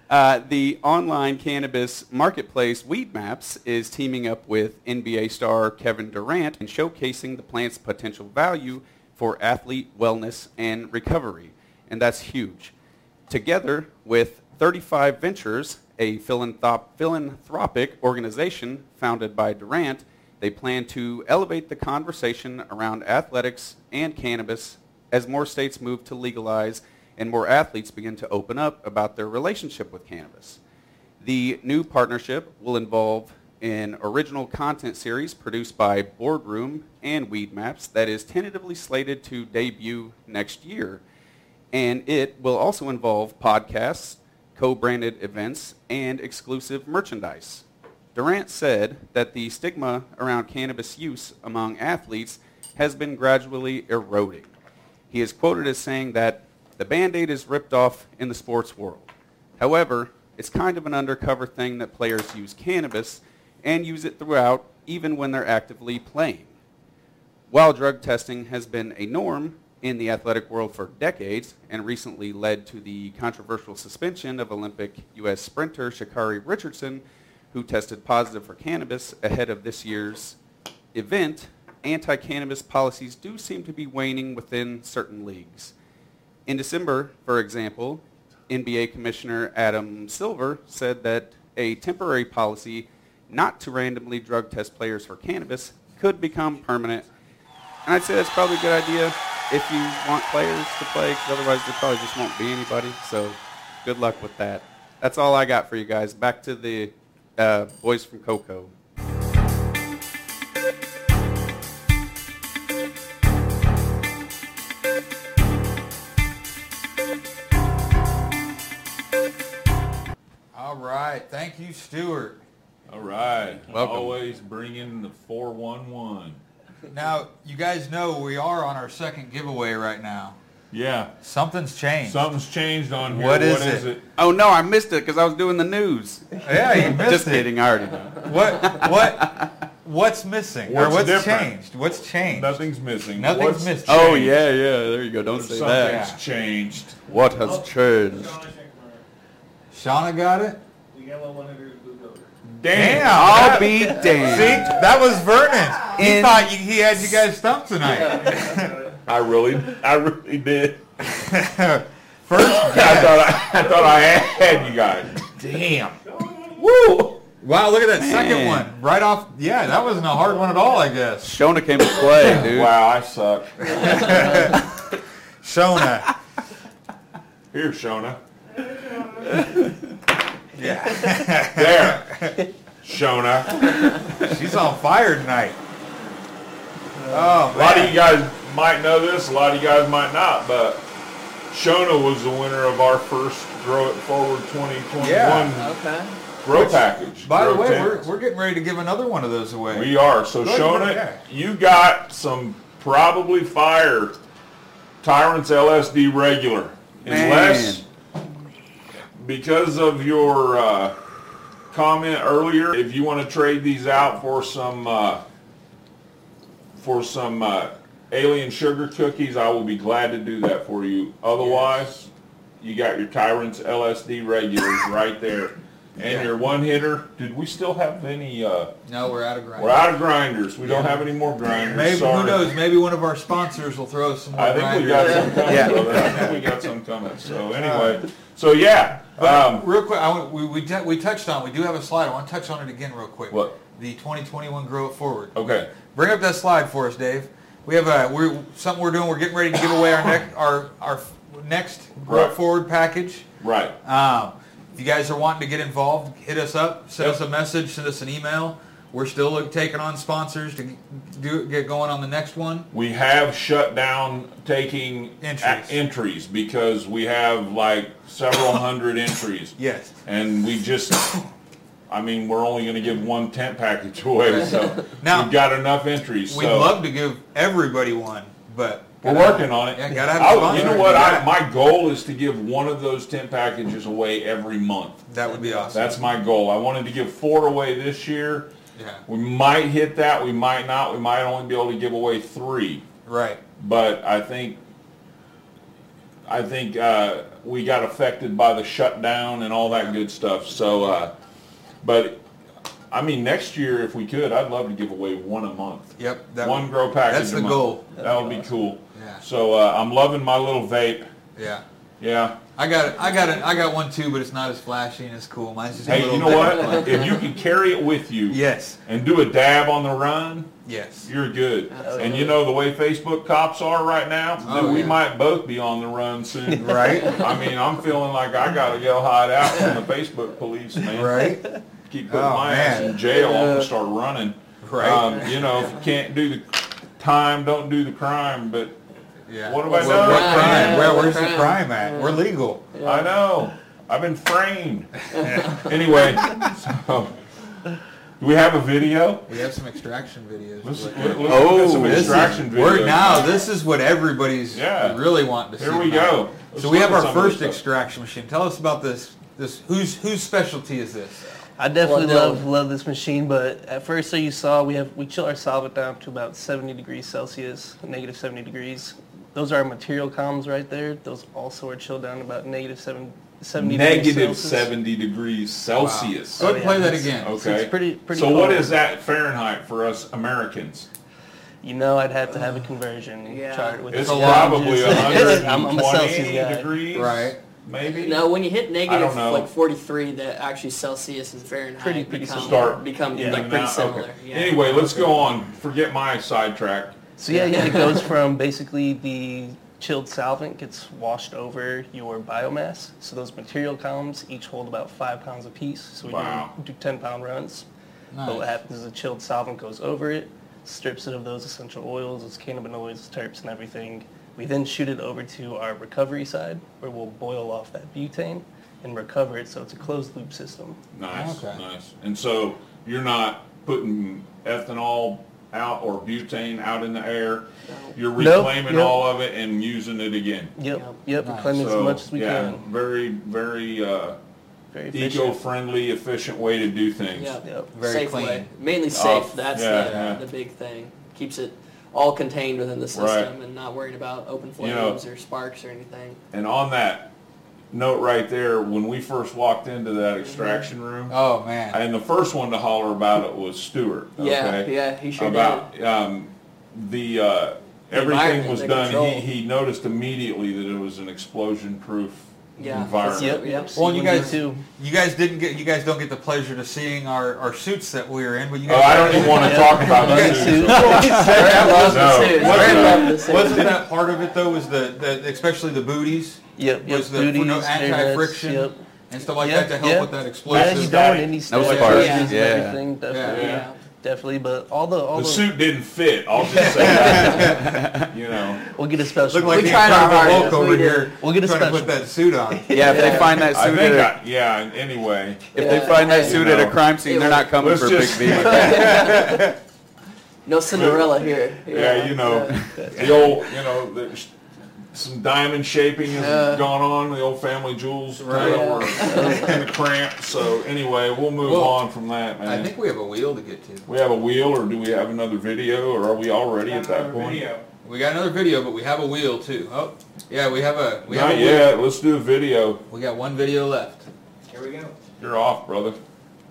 Uh, the online cannabis marketplace Weed Maps is teaming up with NBA star Kevin Durant and showcasing the plant's potential value for athlete wellness and recovery. And that's huge. Together with 35 Ventures, a philanthrop- philanthropic organization founded by Durant, they plan to elevate the conversation around athletics and cannabis as more states move to legalize and more athletes begin to open up about their relationship with cannabis. The new partnership will involve an original content series produced by Boardroom and Weed Maps that is tentatively slated to debut next year. And it will also involve podcasts, co-branded events, and exclusive merchandise. Durant said that the stigma around cannabis use among athletes has been gradually eroding. He is quoted as saying that the band-aid is ripped off in the sports world. However, it's kind of an undercover thing that players use cannabis and use it throughout even when they're actively playing. While drug testing has been a norm in the athletic world for decades and recently led to the controversial suspension of Olympic U.S. sprinter Shakari Richardson, who tested positive for cannabis ahead of this year's event, anti-cannabis policies do seem to be waning within certain leagues. In December, for example, NBA Commissioner Adam Silver said that a temporary policy not to randomly drug test players for cannabis could become permanent. And I'd say that's probably a good idea if you want players to play, 'cause otherwise there probably just won't be anybody. So good luck with that. That's all I got for you guys. Back to the uh, boys from Coco. All right. Thank you, Stuart. All right. Welcome. Always bring in the 411. Now, you guys know we are on our second giveaway right now. Yeah. Something's changed. Something's changed on here. What is what is it? it? Oh no, I missed it because I was doing the news. yeah, you missed Just it. kidding, I already know. What what what's missing? or What's what's different? changed? What's changed? Nothing's missing. Nothing's What's- missing. Oh yeah, yeah. There you go. Don't say Something's that. changed. What has changed? Sean, check mark. Shauna got it? The yellow one under blue goat. Damn. I'll be damned. See, that was Vernon. He In- thought you, he had you guys stumped tonight. I really, I really did. First, I thought I, I thought I had you guys. damn. Woo! Wow, look at that second Man. one. Right off. Yeah, that wasn't a hard one at all, I guess. Shona came to play, dude. Wow, I suck. Shona. Here, Shona. yeah. There, Shona. She's on fire tonight. Oh, A lot of man. you guys might know this. A lot of you guys might not, but Shona was the winner of our first Grow It Forward 2021 Yeah. Okay. grow package. By the grow way, tent. we're, we're getting ready to give another one of those away. We are. So Good, Shona, yeah. you got some probably fire Tyrants LSD regular. Unless because of your uh, comment earlier, if you want to trade these out for some uh, for some uh, alien sugar cookies, I will be glad to do that for you. Otherwise, you got your Tyrants LSD regulars right there. And your one hitter. Did we still have any uh, no, we're out of grind. we're out of grinders. We don't Yeah. have any more grinders. Maybe Sorry. who knows? Maybe one of our sponsors will throw us some more I think we grinders. got some coming. Yeah. brother. I think we got some coming. So anyway, so yeah, um, Real quick, I want, we we, t- we touched on. We do have a slide. I want to touch on it again, real quick. What? The 2021 Grow It Forward. okay. Bring up that slide for us, Dave. We have a we're something we're doing. We're getting ready to give away our next our our next Grow Right. It Forward package. Right. Um, if you guys are wanting to get involved, hit us up. Send us a message. Send us an email. We're still taking on sponsors to do get going on the next one. We have shut down taking Entries. a- entries because we have like several hundred entries. Yes. And we just, I mean, we're only going to give one tent package away. So Now- we've got enough entries. We'd so love to give everybody one, but We're working on it. Yeah, gotta have a I- you sponsor. know what? Yeah. I, my goal is to give one of those tent packages away every month. that would be awesome. That's my goal. I wanted to give four away this year. Yeah. We might hit that. We might not. We might only be able to give away three. Right. But I think, I think uh, we got affected by the shutdown and all that good stuff. So, uh, but I mean, next year if we could, I'd love to give away one a month. Yep. that one would- grow package. That's a the month. goal. That would be cool. Yeah. So uh, I'm loving my little vape. Yeah. Yeah. I got it. I got it. I got one too, but it's not as flashy and as cool. Mine's just a Hey, little you know bit- what? if you can carry it with you Yes. and do a dab on the run, Yes. You're good. And you know the way Facebook cops are right now, Oh, then we yeah. might both be on the run soon. Right. I mean, I'm feeling like I gotta go hide out from the Facebook police, man. Right. Keep putting Oh, my ass man. in jail. I'm gonna start running. Right. Um, you know, if you can't do the time, don't do the crime. But Yeah. What have I What- done? what Yeah, crime? yeah, Where, what where's the crime? crime at? We're legal. I know I've been framed. anyway, so do we have a video? We have some extraction videos. Let's, but- let's look Oh, at some This is- extraction video. We're now. This is what everybody's Yeah. really wanting to see. Here we now. go. Let's So we look at have our some of this first stuff. extraction machine. Tell us about this. This whose whose specialty is this? I definitely Well, love Dylan. love this machine, but at first, so you saw, we have we chill our solvent down to about 70 degrees Celsius, negative 70 degrees. Those are our material columns right there. Those also are chilled down to about negative seven, 70 negative degrees Celsius. 70 degrees Celsius. Go ahead and play yeah. that again. Okay. it's pretty- pretty so what cold. is that Fahrenheit for us Americans? You know, I'd have to have a conversion Yeah. chart with It's the probably challenges. I'm, I'm a Celsius 120 guy. degrees. Right. Maybe. No, when you I hit don't negative know. like 43, that actually Celsius and Fahrenheit Pretty- pretty become, Start become evening like pretty out. similar. Okay. Yeah. Anyway, let's go on. Forget my sidetrack. So yeah, yeah, it goes from basically the chilled solvent gets washed over your biomass. So those material columns each hold about five pounds apiece. So we Wow. do, do 10 pound runs. But Nice. what happens is the chilled solvent goes over it, strips it of those essential oils, those cannabinoids, terps, and everything. We then shoot it over to our recovery side where we'll boil off that butane and recover it. So it's a closed loop system. Nice, Okay. nice. And so you're not putting ethanol out or butane out in the air. You're Nope, reclaiming yep. all of it and using it again. Yep, Yep. yep, we claim so as much as we yeah, can. very, very uh, Very efficient. eco-friendly, efficient way to do things. Yep. Yep. Very safe clean. way. Mainly Oh, safe. that's yeah, the, yeah. the big thing. Keeps it all contained within the system Right. and not worried about open You know- flames or sparks or anything. And on that note right there, when we first walked into Mm-hmm. that extraction room, Oh man. and the first one to holler about it was Stewart. Yeah, okay? yeah, he sure about um, the uh, everything environment, was the done. He, control. he noticed immediately that it was an explosion-proof Yeah. environment. Yep, yep. Well, you C1D guys, too. you guys didn't get, you guys don't get the pleasure to seeing our, our suits that we were in, but you Oh, guys. I don't even want to talk about Yeah. that. Brad loves No. the suits. What Brad the- loves the suits. Wasn't that part of it though? Was the, the especially the booties Yep, yep. was the for no booties, anti-friction hairnets, and stuff like yep, that to help yep. with that Yeah, you That- explosive. don't want any No static sparks, issues and yeah. everything, definitely. yeah. definitely. But all the all The the, suit didn't fit. I'll just say that. you know, we'll get a special. Look like We the tried our Incredible Hulk hardest, over we did. here We'll get a trying to special. put that suit on. Yeah, if they find that I suit, think at I, yeah. Anyway, a, if they find that suit at a crime scene, they're not coming Let's for a just- Big V. Like No Cinderella here. yeah, you know, the old, you know, there's some diamond shaping has Uh, gone on. The old family jewels Right. right over in the cramp. So anyway, we'll move Well, on from that, man. I think we have a wheel to get to. we have a wheel, or do we have another video, or are we already at that Another point? video. We got another video, but we have a wheel too. Oh, yeah, we have a we have Not a wheel. yet. Let's do a video. We got one video left. Here we go. You're off, brother.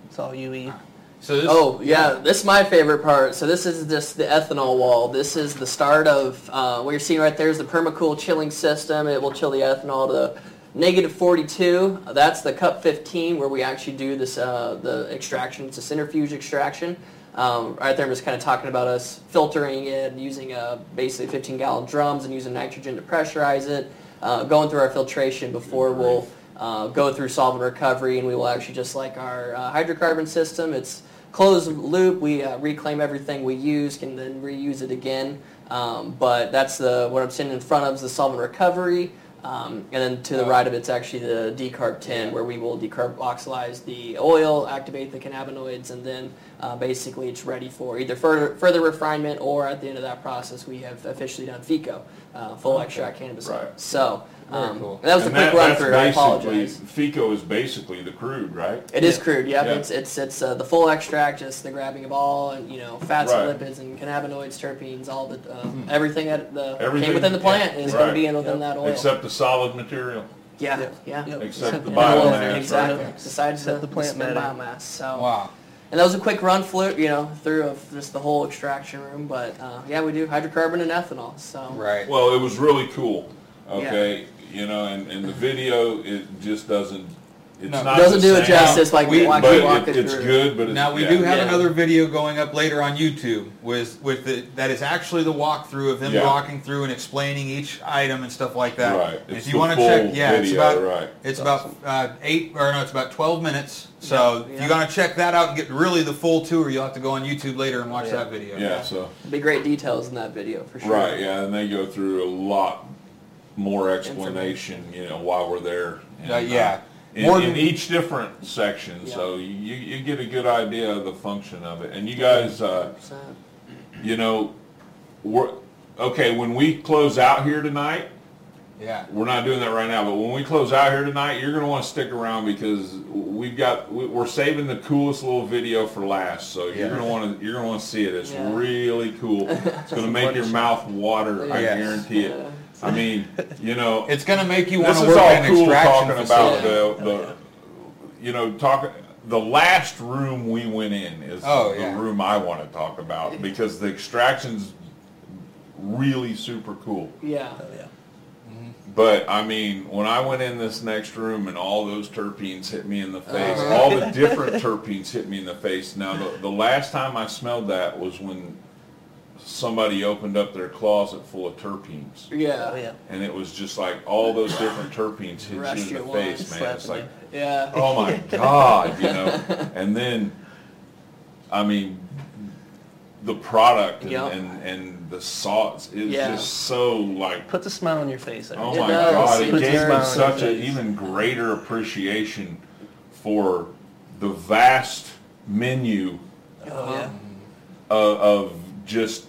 It's all E. you eat. So this, Oh yeah, this is my favorite part. So this is just the ethanol wall. This is the start of uh, what you're seeing right there is the permacool chilling system. It will chill the ethanol to negative 42. That's the cup 15 where we actually do this uh, the extraction. It's a centrifuge extraction. Um, right there, I'm just kind of talking about us filtering it, using uh, basically 15 gallon drums and using nitrogen to pressurize it, uh, going through our filtration before we'll uh, go through solvent recovery, and we will actually just like our uh, hydrocarbon system. It's closed loop. We uh, reclaim everything we use, can then reuse it again. Um, but that's the what I'm sitting in front of is the solvent recovery, um, and then to the right of it's actually the decarb 10, where we will decarboxylize the oil, activate the cannabinoids, and then uh, basically it's ready for either further further refinement or at the end of that process we have officially done FICO, uh, full extract cannabis. oil. Right. So. Very Um, cool. That was a And quick that- run that's through. I basically- apologize. FICO is basically the crude, right? It is Yeah. crude. Yep. Yeah. It's it's it's uh, the full extract, just the grabbing of all and you know fats Right. Hmm. and lipids and cannabinoids, terpenes, all the uh, everything that the Everything, came within the plant yeah. is going Right. to be in within that oil. Except the solid material. yeah, Yep. yeah. Yep. Except the And biomass, oil, right? Exactly. Besides Except the, the plant the spent matter. biomass. So Wow. and that was a quick run flu you know through of just the whole extraction room. But uh, yeah, we do hydrocarbon and ethanol. So Right. Well, it was really cool. Okay, you know, and, and the video it just doesn't. It's No. not doesn't the do it same, justice like we- walk, but walk it, it it's through. good. But it's, Now we yeah. do have Yeah. another video going up later on YouTube with with the, that is actually the walkthrough of them Yeah. walking through and explaining each item and stuff like that. Right. And It's if the you want to full check, yeah, it's video, about right. it's about uh, eight or no, it's about twelve minutes. So Yeah. if you want to check that out and get really the full tour, you'll have to go on YouTube later and watch Yeah. that video. Yeah. So Be great details in that video for sure. right. Yeah, and they go through a lot more explanation. You know, why we're there. And, Uh, yeah. in, More in than- each different section, so you, you get a good idea of the function of it. And you guys, uh, Percent. you know, we're, okay, when we close out here tonight, Yeah. we're not doing that right now, but when we close out here tonight, you're going to want to stick around because we've got we- we're saving the coolest little video for last. So Yeah. you're going to want to you're going to want to see it. It's Yeah. really cool. It's going to make your mouth water. I Yes. guarantee it. I mean, you know, It's gonna make you want this to is work all in an cool extraction talking about facility. the, the you know talk the last room we went in is Oh, the yeah. room I want to talk about because the extraction's really super cool. Yeah. But I mean, when I went in this next room and all those terpenes hit me in the face, all the different terpenes hit me in the face. Now, the, the last time I smelled that was when somebody opened up their closet full of terpenes. Yeah. Oh yeah. And it was just like all those different terpenes hit Rushed you you in the along, face, man. It's slapping like, you. Yeah. oh my god you know and then i mean the product and Yep. and, and the sauce is Yeah. just so like Puts a smile on your face. oh It my does. god it Puts a gave smile on me your such an face. even greater appreciation for the vast menu Oh yeah. of, of just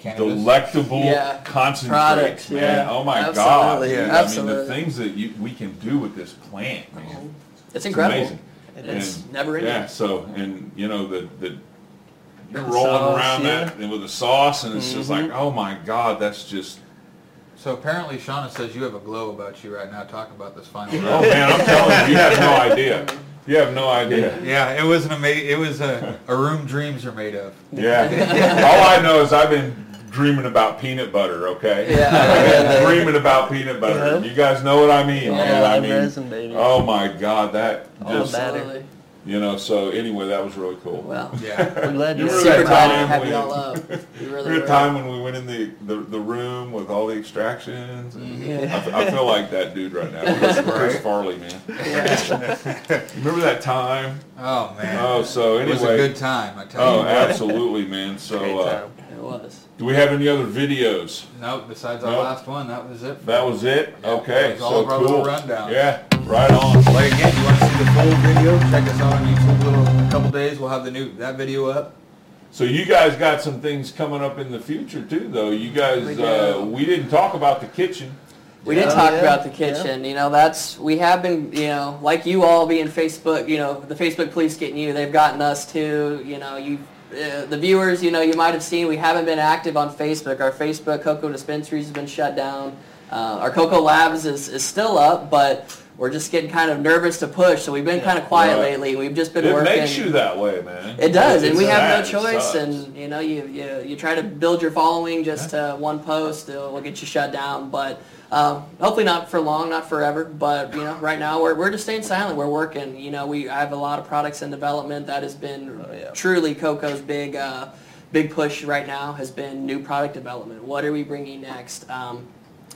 Cannabis. delectable Yeah. concentrates, Product, man. yeah. Oh my Absolutely, god! yeah. dude. I mean, Absolutely. the things that you, we can do with this plant, man, It's it's incredible. amazing. It And, It's never ending. Yeah, so, and, you know, the, the, you're The rolling sauce, around yeah. that with the sauce, and it's just like, Mm-hmm. oh my God, that's just, So apparently, Shauna says you have a glow about you right now. Talking about this final. round. oh man, I'm telling you, you have no idea. You have no idea. Yeah, it was an ama- It was a, a room dreams are made of. Yeah. All I know is I've been dreaming about peanut butter, okay? Yeah. I've been dreaming about peanut butter. You guys know what I mean, Yeah, man. I I'm mean, resin, baby. oh my God, that All just, about- Absolutely. You know, so anyway, that was really cool. Well, Yeah. We're glad You to were see at a super you. glad to time have when- y'all up. We really There were. a time when we went in the, the, the room with all the extractions. Mm-hmm. And I, f- I feel like that dude right now. Chris, Chris Farley, man. Remember that time? Oh man, Oh, so it anyway. was a good time. I tell oh, you. absolutely, man. So Great uh, time. It was. do we have any other videos? Nope. Besides our Nope. last one, that was it. That was it? Yeah, okay. that was all so of our cool. little rundown. Yeah, right on. But again, you want to see the full video? Check us out on YouTube. A little a couple days, we'll have the new that video up. So you guys got some things coming up in the future too, though. You guys, We we, do. uh, we didn't talk about the kitchen. We did Yeah. Oh, talk Yeah. about the kitchen. You know, that's we have been. You know, like you all being Facebook. You know, the Facebook police getting you. They've gotten us too. You know, you. Uh, the viewers, you know, you might have seen we haven't been active on Facebook. Our Facebook Cocoa Dispensaries has been shut down. Uh, our Cocoa Labs is, is still up, but we're just getting kind of nervous to push. So we've been kind of quiet Right. lately. We've just been It working. makes you that way, man. It does, and It's we sad. have It no choice. sucks. And you know, you, you you try to build your following just to one post, it'll get you shut down. But um, hopefully not for long, not forever. But you know, right now we're we're just staying silent. We're working. You know, we I have a lot of products in development. That has been Oh, yeah. truly Coco's big. Uh, Big push right now has been new product development. What are we bringing next? Um,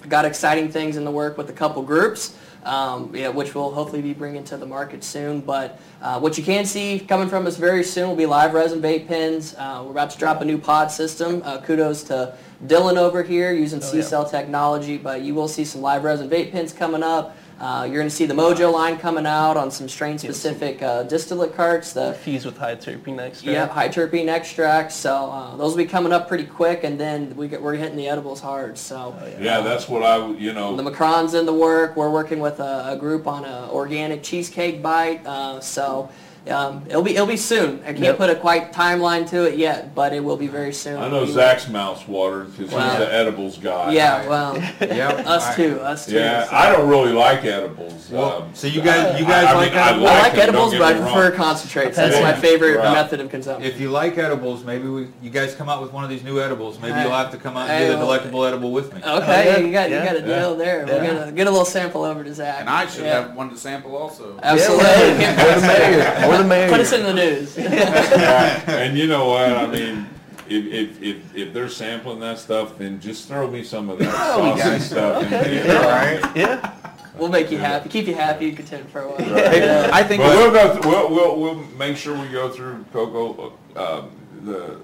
got exciting things in the work with a couple groups, um, yeah, which we'll hopefully be bringing to the market soon. But uh, what you can see coming from us very soon will be live resin vape pens. Uh, we're about to drop a new pod system. Uh, kudos to Dylan over here using Oh, C yeah. cell technology, but you will see some live resin vape pens coming up. Uh, you're going to see the Mojo line coming out on some strain-specific uh, distillate carts. The Fused with high terpene extract. yeah, high terpene extract. So uh, those will be coming up pretty quick, and then we get, we're hitting the edibles hard. So Yeah, that's what I, would- you the know, Macron's in the work. We're working with a, a group on a organic cheesecake bite. Uh, so um, it'll be it'll be soon. I can't Yep. put a quite timeline to it yet, but it will be very soon. I know We- Zach's mouth's watering because Wow. he's the edibles guy. Yeah, well, Yeah. us too, us too. Yeah, I don't really like edibles. Well, um, so you guys, you I- guys I like mean, I edibles. I like Don't get edibles, me but I wrong. prefer concentrates. That's my Yeah. favorite Right. method of consumption. If you like edibles, maybe we, you guys come out with one of these new edibles. Maybe Hey. you'll have to come out and do Hey, the well- Oh, delectable edible with me. Okay, Oh, Yeah. you got Yeah. you got a Yeah. deal there. We'll Yeah. get a, get a little sample over to Zach. And I should Yeah. have one to sample also. Or Absolutely. the mayor. Or the mayor. Put us in the news. and you know what? I mean, if, if if if they're sampling that stuff, then just throw me some of that Oh, sausage stuff. and Okay. leave it Yeah. alone. Yeah. We'll make you happy. Keep you happy. Content for a while. Right. Yeah. I think But we'll go. Th- we'll, we'll we'll make sure we go through Coco, um, the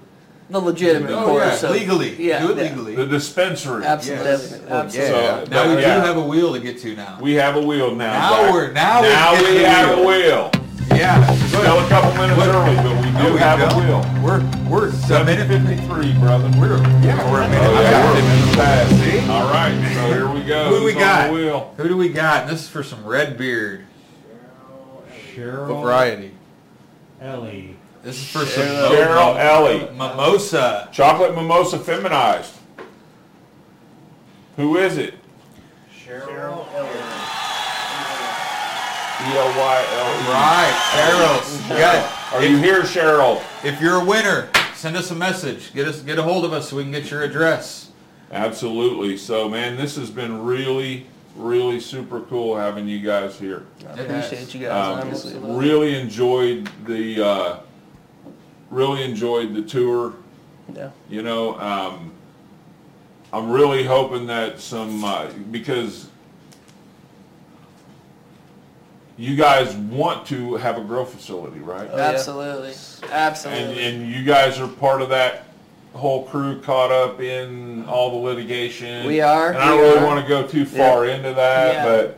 The legitimate Oh, yeah, course. of- legally. yeah. Do it Yeah. legally. the dispensary. Absolutely. Yes. Oh, Absolutely. So, now we but, yeah. do have a wheel to get to now. We have a wheel now. Now Zach. we're- now we now get we the have wheel. a wheel. yeah. Still a couple minutes What? early, but we do No, we have a don't. wheel. We're we're a Seven minute. fifty-three, brother. We're Yeah, we're a minute. Oh, yeah, I've got we're it. fast. All right, so here we go. Who do we Who's on got? the wheel? Who do we got? And this is for some red beard Cheryl variety. Ellie. This is for some Cheryl Ellie, mimosa. chocolate mimosa feminized. Who is it? Cheryl E L Y L E. Right, Cheryl. Yes. Are you here, Cheryl? If you're a winner, send us a message. Get us get a hold of us so we can get your address. Absolutely. So, man, this has been really, really super cool having you guys here. I It has. appreciate you guys, Um, honestly. really enjoyed the uh, really enjoyed the tour. Yeah. You know, um, I'm really hoping that some uh, because you guys want to have a grow facility, right? Oh, yeah. Absolutely. And, Absolutely. and you guys are part of that whole crew caught up in all the litigation. We are, And I don't we really are. want to go too far into that, Yeah. but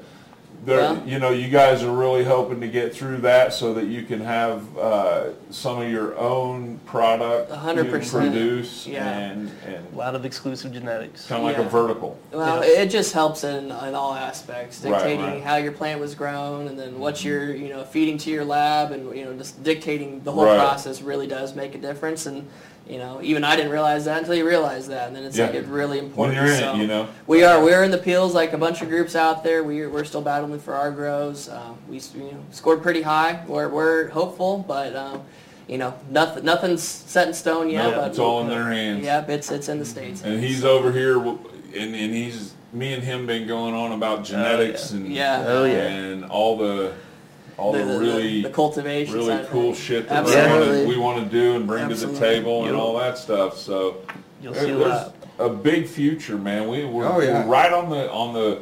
there, Well- you know, you guys are really hoping to get through that so that you can have uh, some of your own product A hundred you percent. produce Yeah. and A and lot of exclusive genetics. kind of like Yeah. a vertical. Well, Yeah. it just helps in, in all aspects, Right, Mm-hmm. dictating right. how your plant was grown, and then what you're you know feeding to your lab, and you know just dictating the whole Right. process really does make a difference. And you know even I didn't realize that until you realize that, and then it's Yeah. like it really When important. you're in so- it, you know. We are. We're in the peels like a bunch of groups out there. We're, we're still battling for our grows. Um, we s- you know, scored pretty high. We're, we're hopeful, but um, you know nothing nothing's set in stone yet. No, but it's all in their hands. Mm-hmm. Yep, it's it's in the states. And he's over here, w- and, and he's me and him been going on about genetics and Oh, Yeah. Oh, yeah. and all the all the, the, the- really the cultivation side really of cool things. shit that Absolutely. we want to do and bring to Absolutely. the table and Yep. all that stuff. So You'll there- see a there's lot. a big future, man. We we're, Oh, yeah. we're right on the on the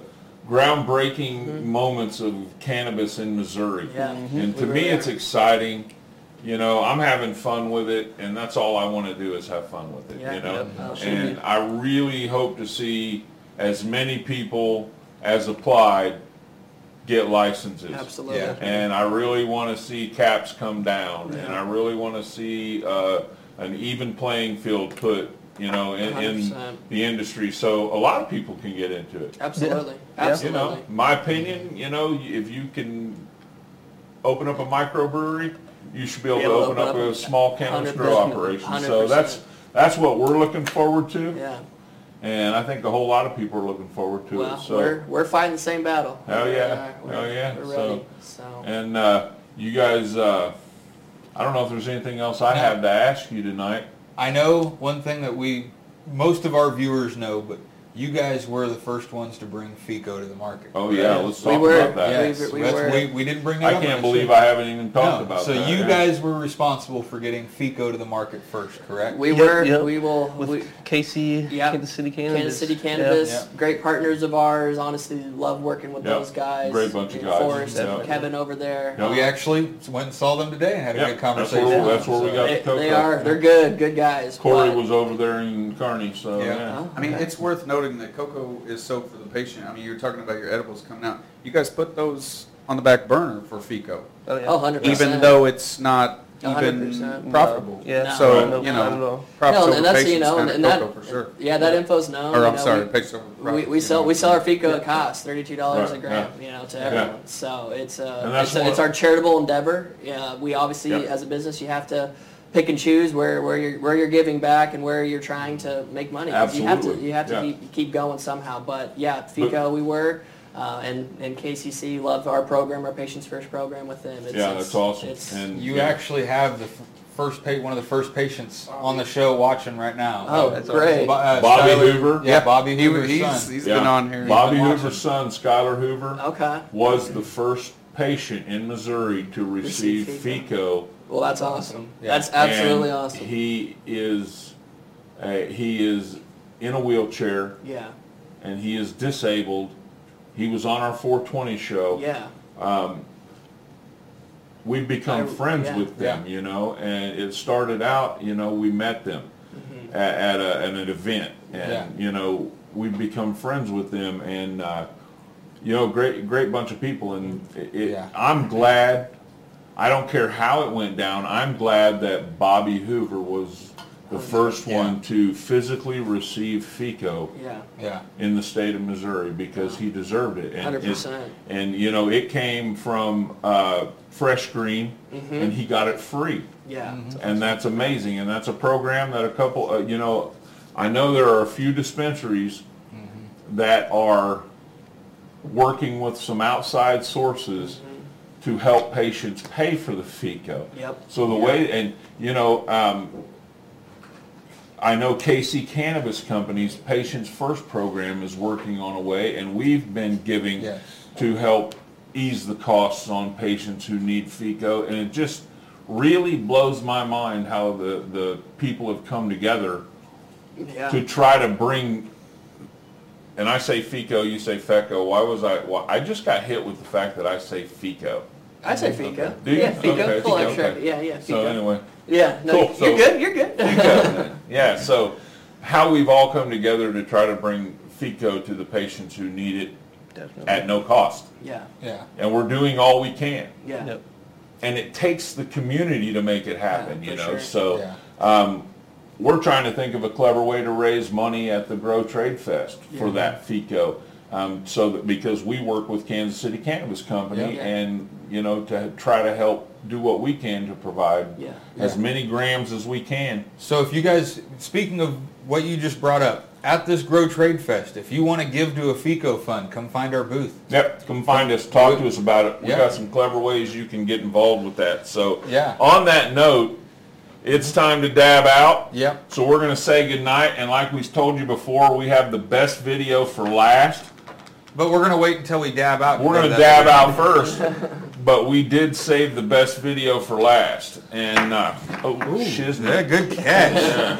groundbreaking moments of cannabis in Missouri. Yeah. Mhm. And to We me, really it's exciting. You know, I'm having fun with it, and that's all I want to do is have fun with it. Yeah, you know, yep. Oh, sure. and I really hope to see as many people as applied get licenses. Absolutely. Yeah. And I really want to see caps come down, and I really want to see uh, an even playing field put, you know, in, in 100%. the industry, so a lot of people can get into it. Absolutely. Yeah. You Absolutely. know, my opinion, you know, if you can open up a microbrewery, you should be able to open up a small cannabis grow 100%. operation. So that's that's what we're looking forward to, Yeah. and I think a whole lot of people are looking forward to it. Well, So. we're, we're fighting the same battle. Hell yeah. We're- Hell yeah. We're So- ready. So, And uh, you guys, uh, I don't know if there's anything else I No. have to ask you tonight. I know one thing that we, most of our viewers know, but you guys were the first ones to bring FICO to the market. Oh yeah, let's We talk were- about that. Yes, We- we that's- were- we, we didn't bring it I up. on can't the believe show. I haven't even talked No, about so that. you Yeah. guys were responsible for getting FICO to the market first, correct? we Yep, were, yep. we will, with we, KC, Yeah. Kansas City Cannabis. Kansas City Yeah. Cannabis, Yeah. great partners of ours. Honestly, love working with Yeah. those guys. Great bunch of You know, guys. Forrest, Definitely. Kevin over there. Yeah. we actually went and saw them today and had Yeah, a good that's where- conversation. that's where we got- They, Coke they up. are. They're good. Good guys. Corey but- was over there in Kearney, so Yeah. yeah. Huh? I mean, it's worth noting that cocoa is so for the patient. I mean, you're talking about your edibles coming out. You guys put those on the back burner for FICO, Oh, yeah. Oh, 100%. even though it's not even 100%. profitable. No. Yeah. So, No, you not at know, all. props no, over and that's patients you know, kind and, of and that cocoa for sure. yeah, that info's known. Or you I'm know, sorry, we- patients over We, profit, we you sell know. we sell our FICO at cost, thirty two dollars a Right, gram, yeah. you know, to Yeah. everyone. So it's uh, And that's it's, a, what- it's our charitable endeavor. Yeah, we obviously Yeah. as a business you have to pick and choose where, where you're where you're giving back and where you're trying to make money. You have to Absolutely, you have to yeah. keep, keep going somehow. But yeah, FICO we were. Uh, and, and KCC love our program, our Patients First program with them. It's, Yeah, it's- that's awesome. It's, And You yeah. actually have the f- first pa- one of the first patients on the show watching right now. Oh, That's great. awesome. Bo- uh, Bobby Skyler- Hoover? Yeah, Bobby He- Hoover's he's, son. he's Yeah. been on here. Bobby He's been Hoover's son, Skylar Hoover, okay. was the first patient in Missouri to receive, Receive FICO. Well, that's awesome. Yeah. That's absolutely and awesome. He is, a, he is in a wheelchair yeah. and he is disabled. He was on our 420 show. Yeah. we've become I- friends yeah. with them, you know, and it started out, you know, we met them Mm-hmm. a at, a, at an event, and Yeah. you know, we've become friends with them, and uh, you know, great great bunch of people, and it, it- Yeah. I'm glad. I don't care how it went down. I'm glad that Bobby Hoover was Oh, the first Yeah. one to physically receive FICO Yeah. Yeah. in the state of Missouri because he deserved it. And it- 100%. And, you know, it came from uh, Fresh Green, and he got it free. Yeah. And that's amazing. And that's a program that a couple, uh, you know, I know there are a few dispensaries that are working with some outside sources to help patients pay for the FICO. Yep. So the way, and, you know, um, I know KC Cannabis Company's Patients First program is working on a way, and we've been giving Yes. to help ease the costs on patients who need FICO, and it just really blows my mind how the, the people have come together Yeah. to try to bring, and I say FICO, you say FECO, why was I, why, I just got hit with the fact that I say FICO. I say Fika. Do you? Yeah, Fika. Okay, Full okay. extract. Yeah, yeah. Fika. So anyway. Yeah. No, Cool, you're so- good. You're good. Yeah, yeah, so how we've all come together to try to bring FICO to the patients who need it Definitely. at no cost. yeah. Yeah. And we're doing all we can. Yeah. Yep. And it takes the community to make it happen, Yeah, you for know? sure. So Yeah. we're trying to think of a clever way to raise money at the Grow Trade Fest for Yeah. that FICO. Um, so that, because we work with Kansas City Cannabis Company Yeah. and, you know, to try to help do what we can to provide Yeah. as Yeah. many grams as we can. So if you guys, speaking of what you just brought up, at this Grow Trade Fest, if you want to give to a FICO fund, come find our booth. Yep, come find us, talk to us about it. We Yeah. got some clever ways you can get involved with that. So, Yeah. on that note, it's time to dab out. Yep. So we're gonna say goodnight, and like we told you before, we have the best video for last. But we're going to wait until we dab out. We're to do gonna that. dab out first. But we did save the best video for last, and uh, oh, shiznit. Yeah, good catch.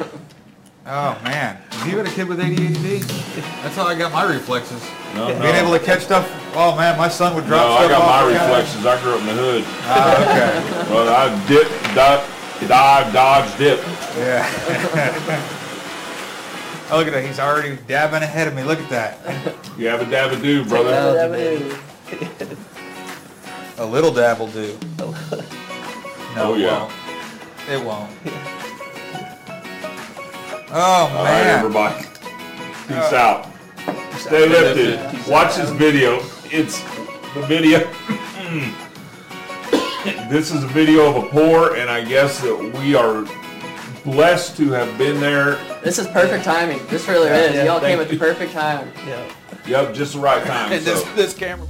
Oh, man. Is you a kid with ADHD? That's how I got my reflexes. No, no. Being able to catch stuff? Oh, man, my son would no, drop I stuff got off my the counter. reflexes. I grew up in the hood. Ah, Well, I dip, dot, dive, dodge, dip. okay. Yeah. oh, look at that. He's already dabbing ahead of me. Look at that. You have a dab a do, brother. Avenue. A little dab will do. No, Oh, yeah. it won't. It won't. Oh, All right, man. Uh, everybody. Peace out. Stay lifted. Watch this video. It's the video. this is a video of a pour, and I guess that we are blessed to have been there. This is perfect timing. This really is. yeah, Y'all came thank at the you. perfect time. Yeah. Yep, just the right time. And this, so. this camera.